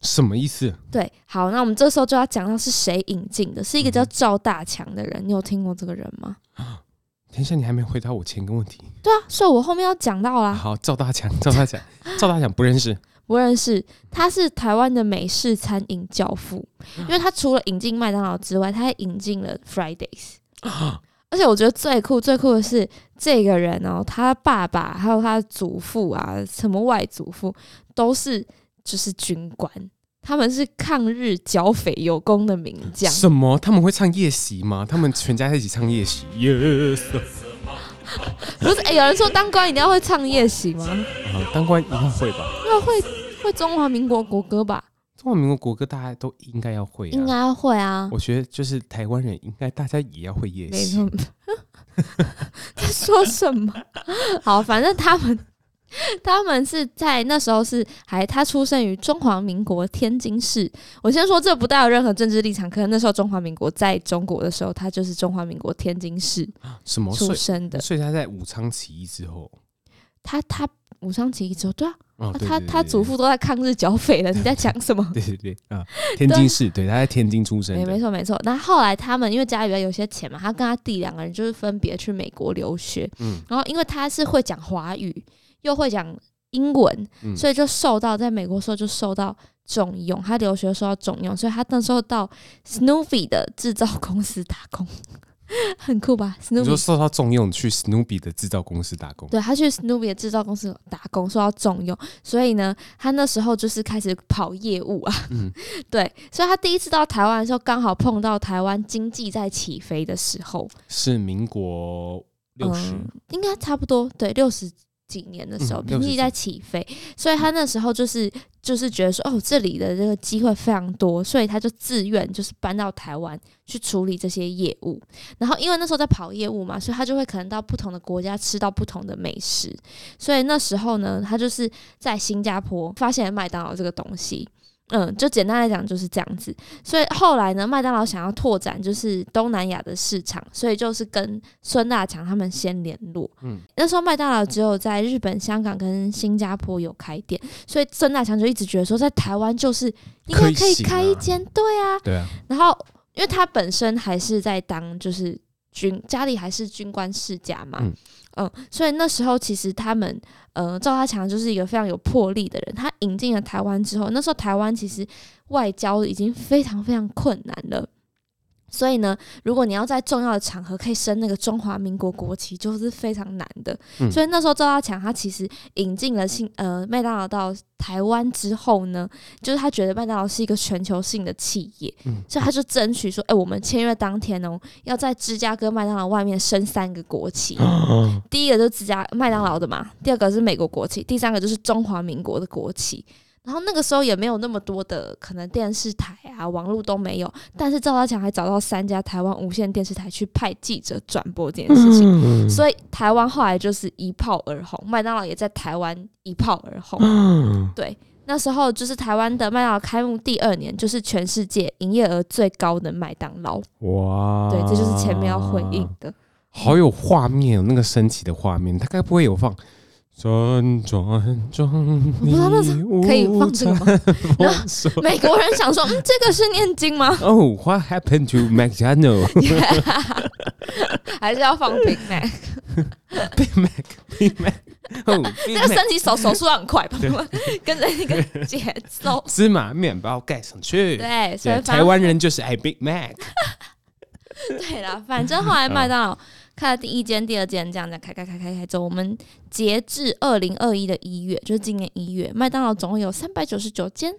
[SPEAKER 2] 什么意思？
[SPEAKER 3] 对，好，那我们这时候就要讲到是谁引进的，是一个叫
[SPEAKER 2] 嗯哼
[SPEAKER 3] 赵大强的人，你有听过这个人吗？
[SPEAKER 2] 等一下，你还没回答我前一个问题。
[SPEAKER 3] 对啊，所以我后面要讲到啦，
[SPEAKER 2] 好，赵大强，赵大强，赵大强不
[SPEAKER 3] (laughs)
[SPEAKER 2] 认识。
[SPEAKER 3] 不认识，他是台湾的美式餐饮教父，因为他除了引进麦当劳之外，他还引进了 Fridays。而且我觉得最酷、最酷的是这个人哦，他爸爸还有他的祖父啊，什么外祖父都是就是军官，他们是抗日剿匪有功的名将。
[SPEAKER 2] 什么？他们会唱夜袭吗？他们全家在一起唱夜袭？Yes，
[SPEAKER 3] 不是，哎、有人说当官一定要会唱夜袭吗？
[SPEAKER 2] 啊，当官一定会吧？
[SPEAKER 3] 要会会中华民国国歌吧？
[SPEAKER 2] 中华民国国歌大家都应该要会
[SPEAKER 3] 应
[SPEAKER 2] 啊。
[SPEAKER 3] 该要会啊。
[SPEAKER 2] 我觉得就是台湾人应该大家也要会夜
[SPEAKER 3] 没
[SPEAKER 2] 袭。
[SPEAKER 3] 错， (laughs) 在说什么？好，反正他们他们是在那时候是还他出生于中华民国天津市。我先说这不带有任何政治立场，可能那时候中华民国在中国的时候，他就是中华民国天津市
[SPEAKER 2] 啊什么？
[SPEAKER 3] 出
[SPEAKER 2] 所
[SPEAKER 3] 生的
[SPEAKER 2] 以。所以他在武昌起义之后，
[SPEAKER 3] 他他武昌起义之后，对啊，
[SPEAKER 2] 哦，对
[SPEAKER 3] 他
[SPEAKER 2] 对对
[SPEAKER 3] 他
[SPEAKER 2] 对
[SPEAKER 3] 祖父都在抗日剿匪了，你在讲
[SPEAKER 2] (laughs)
[SPEAKER 3] 什么？
[SPEAKER 2] 对对对啊，天津市，对，他在天津出生
[SPEAKER 3] 没
[SPEAKER 2] 的
[SPEAKER 3] 没。错没错。那后来他们因为家里边有些钱嘛，他跟他弟两个人就是分别去美国留学。
[SPEAKER 2] 嗯
[SPEAKER 3] 然后因为他是会讲华语，又会讲英文，
[SPEAKER 2] 嗯
[SPEAKER 3] 所以就受到在美国的时候就受到重用。他留学受到重用，所以他那时候到 Snoopy 的制造公司打工， (laughs) 很酷吧
[SPEAKER 2] 你
[SPEAKER 3] ？Snoopy
[SPEAKER 2] 说受到重用，去 Snoopy 的制造公司打工。
[SPEAKER 3] 对他去 Snoopy 的制造公司打工，受到重用，所以呢，他那时候就是开始跑业务啊。
[SPEAKER 2] 嗯
[SPEAKER 3] (laughs) 对，所以他第一次到台湾的时候，刚好碰到台湾经济在起飞的时候，
[SPEAKER 2] 是民国六十、
[SPEAKER 3] 嗯，应该差不多，对，六十几年的时候，
[SPEAKER 2] 嗯
[SPEAKER 3] 经
[SPEAKER 2] 60
[SPEAKER 3] 济
[SPEAKER 2] 几
[SPEAKER 3] 在起飞，所以他那时候就是就是觉得说，哦，这里的这个机会非常多，所以他就自愿就是搬到台湾去处理这些业务。然后因为那时候在跑业务嘛，所以他就会可能到不同的国家吃到不同的美食，所以那时候呢，他就是在新加坡发现了麦当劳这个东西。嗯，就简单来讲就是这样子，所以后来呢，麦当劳想要拓展就是东南亚的市场，所以就是跟孙大强他们先联络。
[SPEAKER 2] 嗯
[SPEAKER 3] 嗯，那时候麦当劳只有在日本、香港跟新加坡有开店，所以孙大强就一直觉得说，在台湾就是应该可以开一间，对啊。
[SPEAKER 2] 对啊，
[SPEAKER 3] 然后，因为他本身还是在当就是军，家里还是军官世家嘛。
[SPEAKER 2] 嗯
[SPEAKER 3] 嗯所以那时候其实他们，呃，赵大强就是一个非常有魄力的人。他引进了台湾之后，那时候台湾其实外交已经非常非常困难了。所以呢，如果你要在重要的场合可以升那个中华民国国旗，就是非常难的。
[SPEAKER 2] 嗯
[SPEAKER 3] 所以那时候赵大强他其实引进了新呃麦当劳到台湾之后呢，就是他觉得麦当劳是一个全球性的企业，
[SPEAKER 2] 嗯，
[SPEAKER 3] 所以他就争取说，哎、我们签约当天哦，要在芝加哥麦当劳外面升三个国旗，
[SPEAKER 2] 啊
[SPEAKER 3] 第一个就是芝加麦当劳的嘛，第二个是美国国旗，第三个就是中华民国的国旗。然后那个时候也没有那么多的可能电视台啊、网络都没有，但是赵大强还找到三家台湾无线电视台去派记者转播这件事情，
[SPEAKER 2] 嗯
[SPEAKER 3] 所以台湾后来就是一炮而红，麦当劳也在台湾一炮而红。
[SPEAKER 2] 嗯
[SPEAKER 3] 那时候就是台湾的麦当劳开幕第二年，就是全世界营业额最高的麦当劳。
[SPEAKER 2] 哇，
[SPEAKER 3] 对，这就是前面要回应，的。
[SPEAKER 2] 好有画面哦，那个升旗的画面，他该不会有放。转转转，我
[SPEAKER 3] 不知道那时可以放这个吗？美国人想说，嗯，这个是念经吗？
[SPEAKER 2] (laughs) 哦、w h a t happened to (laughs) McDonald？
[SPEAKER 3] 还是要放平呢？
[SPEAKER 2] Big Mac, Big Mac，哦、b (laughs) i
[SPEAKER 3] 那个
[SPEAKER 2] g Mac，
[SPEAKER 3] 身体手手速很快，朋友们跟着那个节奏。
[SPEAKER 2] 芝麻面包盖上去。
[SPEAKER 3] 对，所以
[SPEAKER 2] 对，
[SPEAKER 3] 反正
[SPEAKER 2] 台湾人就是爱 Big Mac。
[SPEAKER 3] 对啦，反正后来麦当劳开了第一间、第二间，这样子开开开开开走。我们截至二零二一的一月，就是今年一月，麦当劳总共有三百九十九间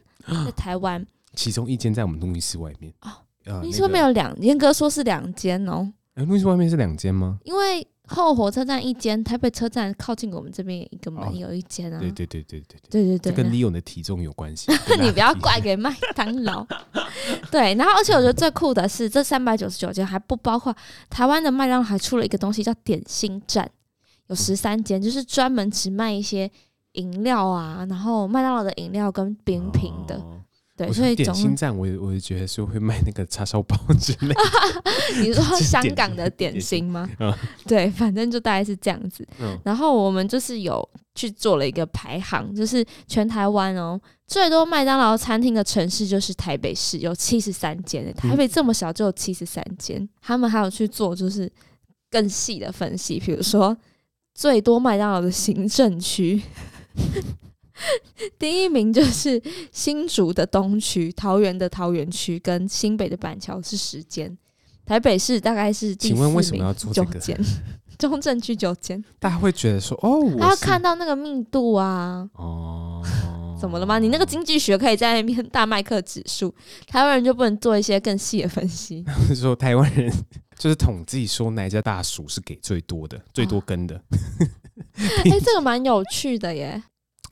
[SPEAKER 3] 在台湾。
[SPEAKER 2] 其中一间在我们录音室外面。
[SPEAKER 3] 哦
[SPEAKER 2] 呃
[SPEAKER 3] 你是不是没？有两？严格说是两间哦，
[SPEAKER 2] 那个呃录音室外面是两间吗？
[SPEAKER 3] 因为后火车站一间，台北车站靠近我们这边也一个嘛，
[SPEAKER 2] 哦
[SPEAKER 3] 有一间啊。
[SPEAKER 2] 对对对对对对，
[SPEAKER 3] 对对
[SPEAKER 2] 这
[SPEAKER 3] 对
[SPEAKER 2] 跟
[SPEAKER 3] 然后
[SPEAKER 2] Leon 的体重有关 (laughs) 系。跟大家
[SPEAKER 3] 你不要
[SPEAKER 2] 提
[SPEAKER 3] 怪给麦当
[SPEAKER 2] (laughs)
[SPEAKER 3] 劳。对，然后而且我觉得最酷的是，这三百九十九间还不包括台湾的麦当劳，还出了一个东西叫点心站，有十三间，就是专门只卖一些饮料啊，然后麦当劳的饮料跟饼品的。
[SPEAKER 2] 哦
[SPEAKER 3] 对，
[SPEAKER 2] 我
[SPEAKER 3] 所以
[SPEAKER 2] 说
[SPEAKER 3] 总共
[SPEAKER 2] 点心站，我也我也觉得说会卖那个叉烧包之类
[SPEAKER 3] 啊
[SPEAKER 2] 的。
[SPEAKER 3] 你
[SPEAKER 2] (laughs)
[SPEAKER 3] 说
[SPEAKER 2] 这是
[SPEAKER 3] 香
[SPEAKER 2] 点
[SPEAKER 3] 港
[SPEAKER 2] 心
[SPEAKER 3] 的点
[SPEAKER 2] 点
[SPEAKER 3] 心吗
[SPEAKER 2] (laughs) 嗯？
[SPEAKER 3] 对，反正就大概是这样子。
[SPEAKER 2] 嗯
[SPEAKER 3] 然后我们就是有去做了一个排行，就是全台湾哦最多麦当劳餐厅的城市就是台北市，有七十三间耶。
[SPEAKER 2] 嗯
[SPEAKER 3] 台北这么小就有七十三间，他们还有去做就是更细的分析，比如说最多麦当劳的行政区。 (laughs) 第一名就是新竹的东区、桃园的桃园区跟新北的板桥是十间，台北市大概是第
[SPEAKER 2] 请问为
[SPEAKER 3] 四
[SPEAKER 2] 什么
[SPEAKER 3] 名
[SPEAKER 2] 要做这
[SPEAKER 3] 九
[SPEAKER 2] 个
[SPEAKER 3] 间，中正区九间，啊
[SPEAKER 2] 大家会觉得说，哦，我
[SPEAKER 3] 他要
[SPEAKER 2] 是
[SPEAKER 3] 看到那个密度啊。
[SPEAKER 2] 哦，
[SPEAKER 3] 怎么了吗？你那个经济学可以在那边 (laughs) 大麦克指数，台湾人就不能做一些更细的分
[SPEAKER 2] (laughs)
[SPEAKER 3] 析？
[SPEAKER 2] 就是 (laughs) 说台湾人就是统计说哪一家大薯是给最多的、最多根的。
[SPEAKER 3] 哎、这个蛮有趣的耶。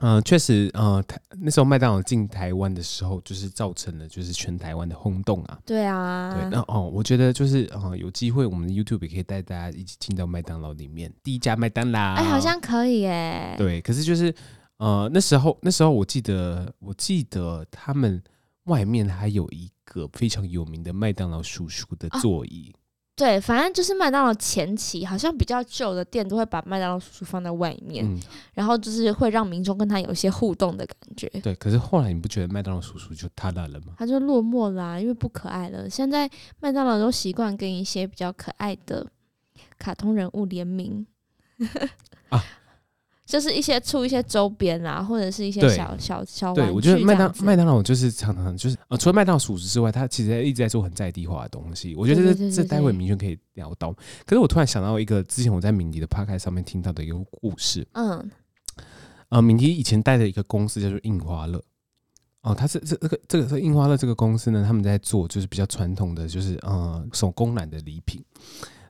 [SPEAKER 2] 嗯、确实，呃，台那时候麦当劳进台湾的时候，就是造成了就是全台湾的轰动啊。
[SPEAKER 3] 对
[SPEAKER 2] 对，
[SPEAKER 3] 啊，
[SPEAKER 2] 那哦，我觉得就是哦，有机会我们的 YouTube 也可以带大家一起进到麦当劳里面，第一家麦当劳。
[SPEAKER 3] 哎、好像可以耶。
[SPEAKER 2] 对，可是就是呃，那时候那时候我记得我记得他们外面还有一个非常有名的麦当劳叔叔的
[SPEAKER 3] 啊
[SPEAKER 2] 座椅，
[SPEAKER 3] 对，反正就是麦当劳前期，好像比较旧的店都会把麦当劳叔叔放在外面，
[SPEAKER 2] 嗯，
[SPEAKER 3] 然后就是会让民众跟他有一些互动的感觉。
[SPEAKER 2] 对。可是后来你不觉得麦当劳叔叔就塌了了吗？
[SPEAKER 3] 他就落寞啦、因为不可爱了。现在麦当劳都习惯跟一些比较可爱的卡通人物联名，
[SPEAKER 2] (laughs) 啊
[SPEAKER 3] 就是一些出一些周边啦，或者是一些
[SPEAKER 2] 对
[SPEAKER 3] 小小小玩
[SPEAKER 2] 对，
[SPEAKER 3] 具
[SPEAKER 2] 我觉得
[SPEAKER 3] 这
[SPEAKER 2] 麦
[SPEAKER 3] 样
[SPEAKER 2] 当
[SPEAKER 3] 子
[SPEAKER 2] 麦当劳就是常常就是呃，除了麦当劳属实之外，它其实一直在做很在地化的东西。我觉得
[SPEAKER 3] 对
[SPEAKER 2] 这
[SPEAKER 3] 对对
[SPEAKER 2] 这
[SPEAKER 3] 对
[SPEAKER 2] 待会明轩可以聊到。可是我突然想到一个之前我在敏迪的 p o d c a s t 上面听到的一个故事，
[SPEAKER 3] 嗯，
[SPEAKER 2] 呃，敏迪以前带的一个公司叫做印花乐。哦，它是这这个这个是印花乐这个公司呢，他们在做就是比较传统的，就是呃手工染的礼品。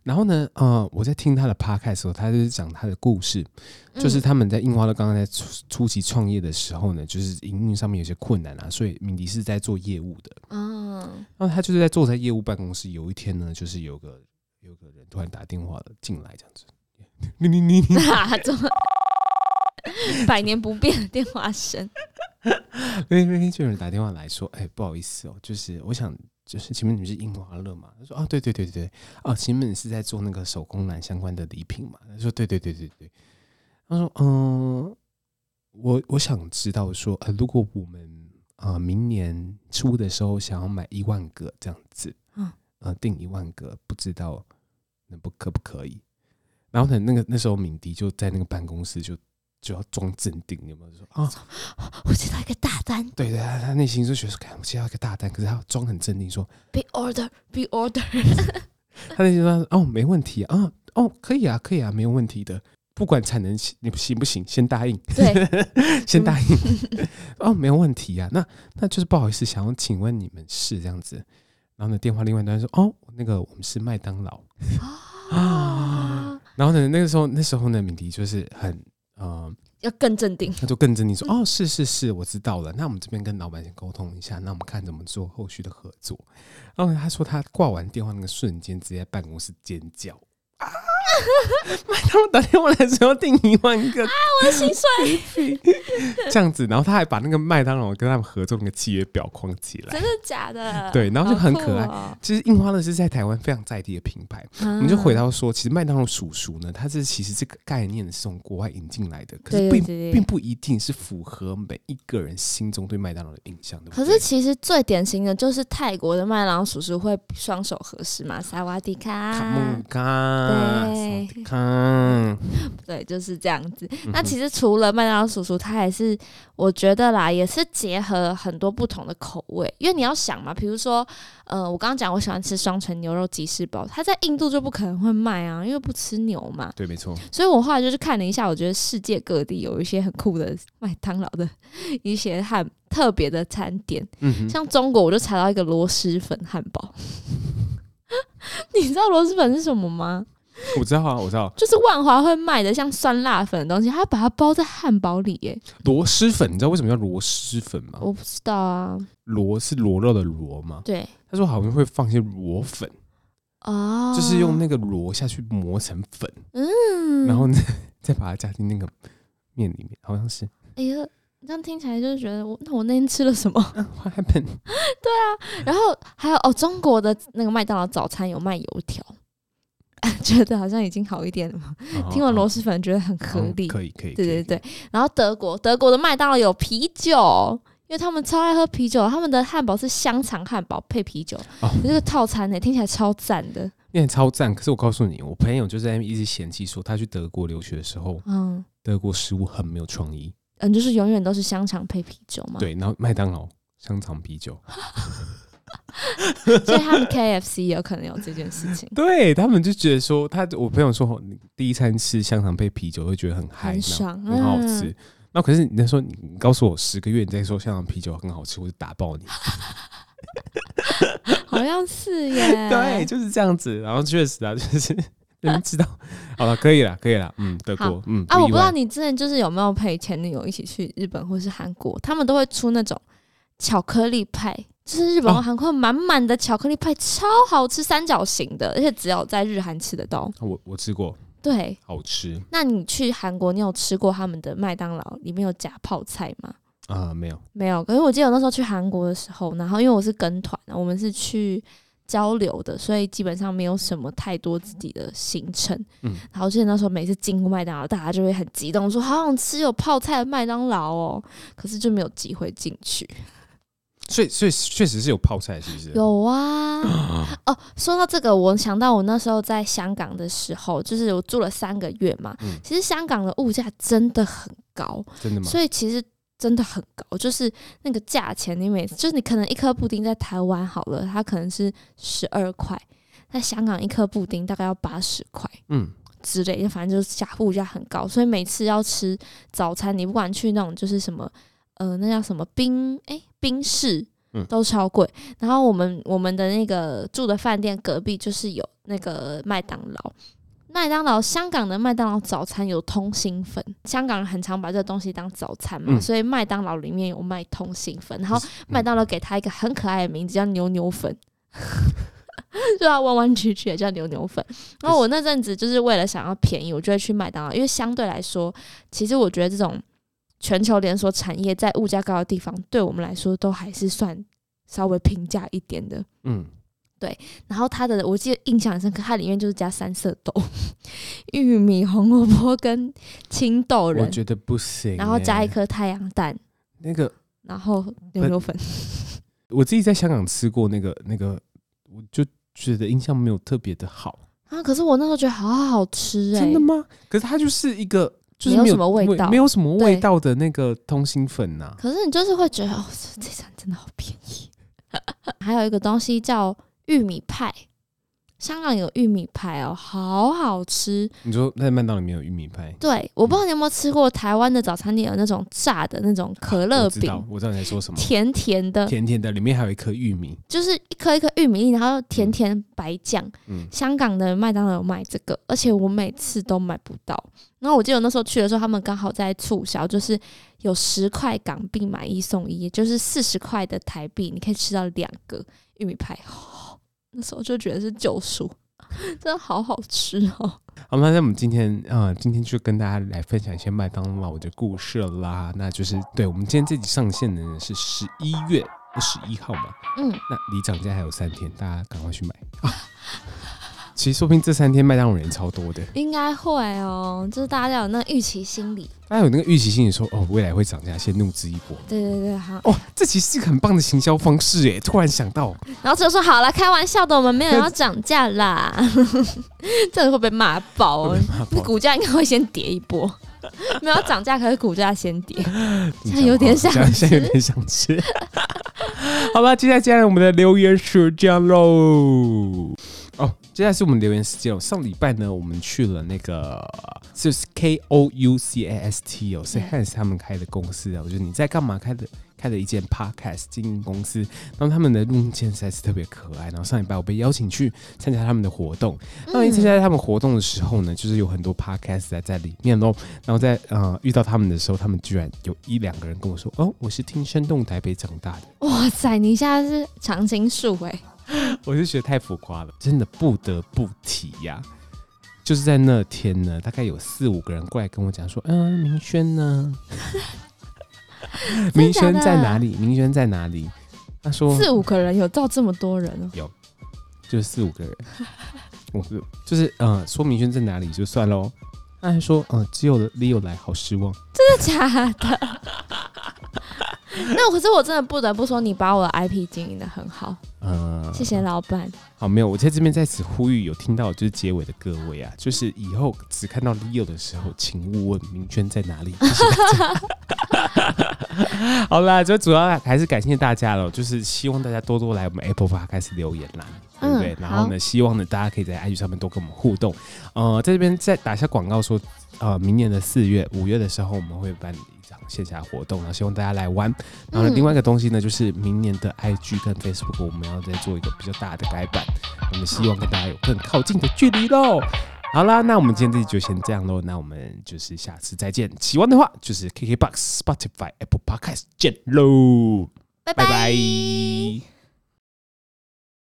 [SPEAKER 2] 然后呢，呃，我在听他的 p o d c a s t 的时候，他就是讲他的故事，就
[SPEAKER 3] 嗯
[SPEAKER 2] 是他们在印花乐刚刚在初初期创业的时候呢，就是营运上面有些困难啊，所以敏迪是在做业务的。
[SPEAKER 3] 嗯
[SPEAKER 2] 然后他就是在坐在业务办公室，有一天呢，就是有个有个人突然打电话了进来，这样子， (laughs) 你你你你，
[SPEAKER 3] (laughs) 啊，怎么百年不变的电话声？
[SPEAKER 2] 那那天就有人打电话来说，哎、不好意思哦，就是我想。就是请问你们是印花乐吗？他说啊，对对对对对，哦、请问你是在做那个手工染相关的礼品吗？他说对对对对对。他说嗯、我我想知道说，呃，如果我们呃明年初的时候想要买一万个这样子，
[SPEAKER 3] 嗯
[SPEAKER 2] 呃，订一万个，不知道能不可不可以？然后呢，那个那时候敏迪就在那个办公室就就要装镇定，有没有？就说啊，
[SPEAKER 3] 我接到一个大单
[SPEAKER 2] 对对，他他内心就觉得说，看我接到一个大单，可是他装很镇定说，
[SPEAKER 3] ，be order，be order， (laughs)
[SPEAKER 2] 他内心说，哦，没问题啊，啊哦，可以啊，可以啊，没有问题的。不管产能行你行不行，先答应，
[SPEAKER 3] 对，
[SPEAKER 2] (laughs) 先答应。 (laughs) 哦，没有问题啊。那那就是不好意思，想要请问你们是这样子。然后呢，电话另外一端说，哦，那个我们是麦当劳。
[SPEAKER 3] 啊，
[SPEAKER 2] 然后呢，那个时候那时候呢，敏迪就是很呃，
[SPEAKER 3] 要更镇定，
[SPEAKER 2] 他就跟着你说，
[SPEAKER 3] 嗯
[SPEAKER 2] 哦，是是是，我知道了。那我们这边跟老板先沟通一下，那我们看怎么做后续的合作。然后他说，他挂完电话那个瞬间，直接在办公室尖叫 (laughs) 啊！麦当劳打电话来说要订一万个
[SPEAKER 3] 我的心碎，
[SPEAKER 2] 这样子，然后他还把那个麦当劳跟他们合作那个契约表框起来
[SPEAKER 3] (laughs) 真。的假的？
[SPEAKER 2] 对然后就
[SPEAKER 3] 好
[SPEAKER 2] 很
[SPEAKER 3] 酷
[SPEAKER 2] 可爱
[SPEAKER 3] 哦
[SPEAKER 2] 其实印花乐是在台湾非常在地的品牌，我
[SPEAKER 3] 我
[SPEAKER 2] 们就回到说，其实麦当劳叔叔呢，它是其实这个概念是从国外引进来的，可是
[SPEAKER 3] 对
[SPEAKER 2] 并
[SPEAKER 3] 对对
[SPEAKER 2] 并不一定是符合每一个人心中对麦当劳的印象，对不
[SPEAKER 3] 可
[SPEAKER 2] 对？
[SPEAKER 3] 是其实最典型的就是泰国的麦当劳叔叔会双手合十嘛，萨瓦迪
[SPEAKER 2] 卡梦
[SPEAKER 3] 卡，
[SPEAKER 2] 卡，嗯
[SPEAKER 3] 对
[SPEAKER 2] 萨瓦迪卡，
[SPEAKER 3] 对，就是这样子。那其实除了麦当劳叔叔，它还是我觉得啦，也是结合很多不同的口味，因为你要想嘛，比如说，呃，我刚刚讲我喜欢吃双层牛肉吉士堡，它在印度就不可能会卖啊，因为不吃牛嘛。
[SPEAKER 2] 对，没错，
[SPEAKER 3] 所以我后来就是看了一下，我觉得世界各地有一些很酷的麦当劳的一些汉特别的餐点，
[SPEAKER 2] 嗯哼，
[SPEAKER 3] 像中国，我就查到一个螺蛳粉汉堡。 (laughs) 你知道螺蛳粉是什么吗？
[SPEAKER 2] 我知道啊，我知道
[SPEAKER 3] 就是万华会卖的像酸辣粉的东西，它把它包在汉堡里耶。
[SPEAKER 2] 螺蛳粉，你知道为什么叫螺蛳粉吗？
[SPEAKER 3] 我不知道啊，
[SPEAKER 2] 螺是螺肉的螺吗？
[SPEAKER 3] 对
[SPEAKER 2] 他说好像会放一些螺粉，
[SPEAKER 3] 哦，
[SPEAKER 2] 就是用那个螺下去磨成粉，
[SPEAKER 3] 嗯，
[SPEAKER 2] 然后呢 (laughs) 再把它加进那个面里面，好像是。
[SPEAKER 3] 哎呀，你这样听起来就是觉得我那我那天吃了什么？ (laughs)
[SPEAKER 2] What happened？
[SPEAKER 3] 然后还有哦，中国的那个麦当劳早餐有卖油条， (laughs) 觉得好像已经好一点了嘛。
[SPEAKER 2] 哦
[SPEAKER 3] 听完螺蛳粉觉得很合
[SPEAKER 2] 嗯
[SPEAKER 3] 理，
[SPEAKER 2] 可以可以，
[SPEAKER 3] 对
[SPEAKER 2] 可
[SPEAKER 3] 对
[SPEAKER 2] 以，
[SPEAKER 3] 对，然后德国德国的麦当劳有啤酒，因为他们超爱喝啤酒，他们的汉堡是香肠汉堡配啤酒，
[SPEAKER 2] 哦
[SPEAKER 3] 这个套餐呢、听起来超赞的。
[SPEAKER 2] 那超赞。可是我告诉你，我朋友就在那边一直嫌弃说，他去德国留学的时候，
[SPEAKER 3] 嗯
[SPEAKER 2] 德国食物很没有创意。
[SPEAKER 3] 嗯，就是永远都是香肠配啤酒嘛。，
[SPEAKER 2] 对，然后麦当劳香肠啤酒，，
[SPEAKER 3] 所以他们 KFC 也有可能有这件事情
[SPEAKER 2] 对他们就觉得说，他我朋友说，哦你第一餐吃香肠配啤酒会觉得很嗨，
[SPEAKER 3] 很爽，嗯
[SPEAKER 2] 然后很好吃。那可是你那时候你你告诉我十个月，你再说香港啤酒很好吃，我就打爆你。
[SPEAKER 3] 好像是耶。
[SPEAKER 2] (laughs) 对，，就是这样子。然后确实啊，就是能知道，好了，可以了，可以了。嗯，德国
[SPEAKER 3] 好，
[SPEAKER 2] 嗯
[SPEAKER 3] 啊，我
[SPEAKER 2] 意
[SPEAKER 3] 不知道
[SPEAKER 2] 外
[SPEAKER 3] 你之前就是有没有陪前女友一起去日本或是韩国，他们都会出那种巧克力派，就是日本
[SPEAKER 2] 哦
[SPEAKER 3] 和韩国满满的巧克力派，超好吃，三角形的，而且只有在日韩吃得到。
[SPEAKER 2] 啊我我吃过，
[SPEAKER 3] 对，
[SPEAKER 2] 好吃
[SPEAKER 3] 那你去韩国，你有吃过他们的麦当劳里面有夹泡菜吗？
[SPEAKER 2] 啊，没有
[SPEAKER 3] 没有，可是我记得我那时候去韩国的时候，然后因为我是跟团，我们是去交流的，所以基本上没有什么太多自己的行程。
[SPEAKER 2] 嗯
[SPEAKER 3] 然后记得那时候每次经过麦当劳，大家就会很激动，说好想吃有泡菜的麦当劳哦，可是就没有机会进去。
[SPEAKER 2] 所以所以确实是有泡菜，是不是？
[SPEAKER 3] 有啊，哦，说到这个，我想到我那时候在香港的时候，就是我住了三个月嘛，
[SPEAKER 2] 嗯
[SPEAKER 3] 其实香港的物价真的很高，
[SPEAKER 2] 真的吗？
[SPEAKER 3] 所以其实真的很高，就是那个价钱，你每次就是你可能一颗布丁在台湾好了，它可能是十二块，在香港一颗布丁大概要八十块
[SPEAKER 2] 嗯，
[SPEAKER 3] 之类的，反正就是价物价很高，所以每次要吃早餐，你不管去那种就是什么呃那叫什么冰诶，冰室
[SPEAKER 2] 嗯。
[SPEAKER 3] 都超贵，然后我们我们的那个住的饭店隔壁就是有那个麦当劳，麦当劳，香港的麦当劳早餐有通心粉，香港人很常把这个东西当早餐嘛，
[SPEAKER 2] 嗯
[SPEAKER 3] 所以麦当劳里面有卖通心粉，然后麦当劳给它一个很可爱的名字叫牛牛粉， (laughs) 就它弯弯曲曲的叫牛牛粉。然后我那阵子就是为了想要便宜，我就会去麦当劳，因为相对来说，其实我觉得这种全球连锁产业在物价高的地方，对我们来说都还是算稍微平价一点的。
[SPEAKER 2] 嗯，
[SPEAKER 3] 然后它的我记得印象很深刻，它里面就是加三色豆、 (laughs) 玉米、红萝卜跟青豆
[SPEAKER 2] 我
[SPEAKER 3] 仁，
[SPEAKER 2] 觉得不行欸。
[SPEAKER 3] 然后加一颗太阳蛋，
[SPEAKER 2] 那个，
[SPEAKER 3] 然后牛油粉。
[SPEAKER 2] 我自己在香港吃过那个那个，我就觉得印象没有特别的好。
[SPEAKER 3] 啊！可是我那时候觉得好好吃哎、
[SPEAKER 2] 真的吗？可是它就是一个就是
[SPEAKER 3] 没有
[SPEAKER 2] 有
[SPEAKER 3] 什么味道
[SPEAKER 2] 没有什么味
[SPEAKER 3] 对
[SPEAKER 2] 道的那个通心粉呐、
[SPEAKER 3] 可是你就是会觉得哦，这这餐真的好便宜。 (laughs) 还有一个东西叫玉米派，香港有玉米派哦，好好吃。
[SPEAKER 2] 你说在麦当劳里面有玉米派、
[SPEAKER 3] 对，我不知道你有没有吃过台湾的早餐店有那种炸的那种可乐
[SPEAKER 2] 我知
[SPEAKER 3] 饼，
[SPEAKER 2] 道，我知道你在说什么，
[SPEAKER 3] 甜甜的，
[SPEAKER 2] 甜甜的，里面还有一颗玉米。
[SPEAKER 3] 就是一颗一颗玉米粒，然后甜甜白酱。
[SPEAKER 2] 嗯，
[SPEAKER 3] 香港的麦当劳有卖这个，而且我每次都买不到。然后我记得我那时候去的时候，他们刚好在促销，就是有十块港币买一送一，也就是四十块的台币，你可以吃到两个玉米派。哦那时候就觉得是救赎， (laughs) 真的好好吃哦。
[SPEAKER 2] 好，那我们今天啊、呃今天就跟大家来分享一些麦当劳的故事啦。那就是对我们今天这集上线的呢是十一月二十一号嘛，
[SPEAKER 3] 嗯，
[SPEAKER 2] 那离涨价还有三天，大家赶快去买 (laughs) 啊！其实说不定这三天麦当劳人超多的，
[SPEAKER 3] 应该会哦，就是大家有那个预期心理。
[SPEAKER 2] 大家有那个预期心理说哦未来会涨价，先怒之一波。
[SPEAKER 3] 对对对，好。
[SPEAKER 2] 哦，这其实是一个很棒的行销方式诶！突然想到，
[SPEAKER 3] 然后就说好了，开玩笑的，我们没有要涨价啦， (laughs) 这个会被骂爆哦
[SPEAKER 2] 会。被骂爆
[SPEAKER 3] 那股价应该会先跌一波， (laughs) 没有要涨价，可是股价先跌。现
[SPEAKER 2] 你讲
[SPEAKER 3] 在有点
[SPEAKER 2] 话
[SPEAKER 3] 想
[SPEAKER 2] 现在现在有点想吃。 (laughs) 好吧，接下来接下来我们的留言时间喽。哦，接下来是我们留言时间哦。上礼拜呢，我们去了那个就是 K O U C A S T 哦，
[SPEAKER 3] 嗯
[SPEAKER 2] 是 Hans 他们开的公司哦，就是你在干嘛开的开的一间 Podcast 经营公司，然后他们的录音间实在是特别可爱。然后上礼拜我被邀请去参加他们的活动，那你参加他们活动的时候呢，就是有很多 podcast 在在里面喽。然后在呃遇到他们的时候，他们居然有一两个人跟我说：“哦，我是听生动台北长大的。
[SPEAKER 3] (laughs) 哇塞，你现在是常青树哎、”
[SPEAKER 2] 我就觉得太浮夸了，真的不得不提呀、就是在那天呢，大概有四五个人过来跟我讲说：“嗯，明轩呢？ (laughs) 明轩在哪里？明轩在哪里？”他说：“
[SPEAKER 3] 四五个人有到这么多人哦，
[SPEAKER 2] 就是四五个人。我是就是呃，说明轩在哪里就算喽。他还说，呃，只有 Leo 来，好失望。
[SPEAKER 3] (laughs) 真的假的？ (laughs) 那可是我真的不得不说，你把我的 IP 经营的很好，
[SPEAKER 2] 呃，
[SPEAKER 3] 谢谢老板。
[SPEAKER 2] 好，没有，我在这边在此呼吁有听到就是结尾的各位啊，就是以后只看到 Leo 的时候，请勿问明轩在哪里。 (laughs) 谢谢大家好啦，就主要还是感谢大家了，就是希望大家多多来我们 Apple Park 开始留言啦。对不对？
[SPEAKER 4] 嗯
[SPEAKER 2] 然后呢，希望呢大家可以在 IG 上面多跟我们互动。呃，在这边再打一下广告说，呃，明年的四月、五月的时候，我们会办一场线下活动，然后希望大家来玩。然后
[SPEAKER 4] 嗯
[SPEAKER 2] 呢另外一个东西呢，就是明年的 IG 跟 Facebook，我们要再做一个比较大的改版，我们希望跟大家有更靠近的距离喽。好啦，那我们今天这集就先这样喽。那我们就是下次再见。喜欢的话就是 KKBox、Spotify、Apple Podcast 见喽，
[SPEAKER 4] 拜
[SPEAKER 2] 拜
[SPEAKER 4] 拜。
[SPEAKER 2] 拜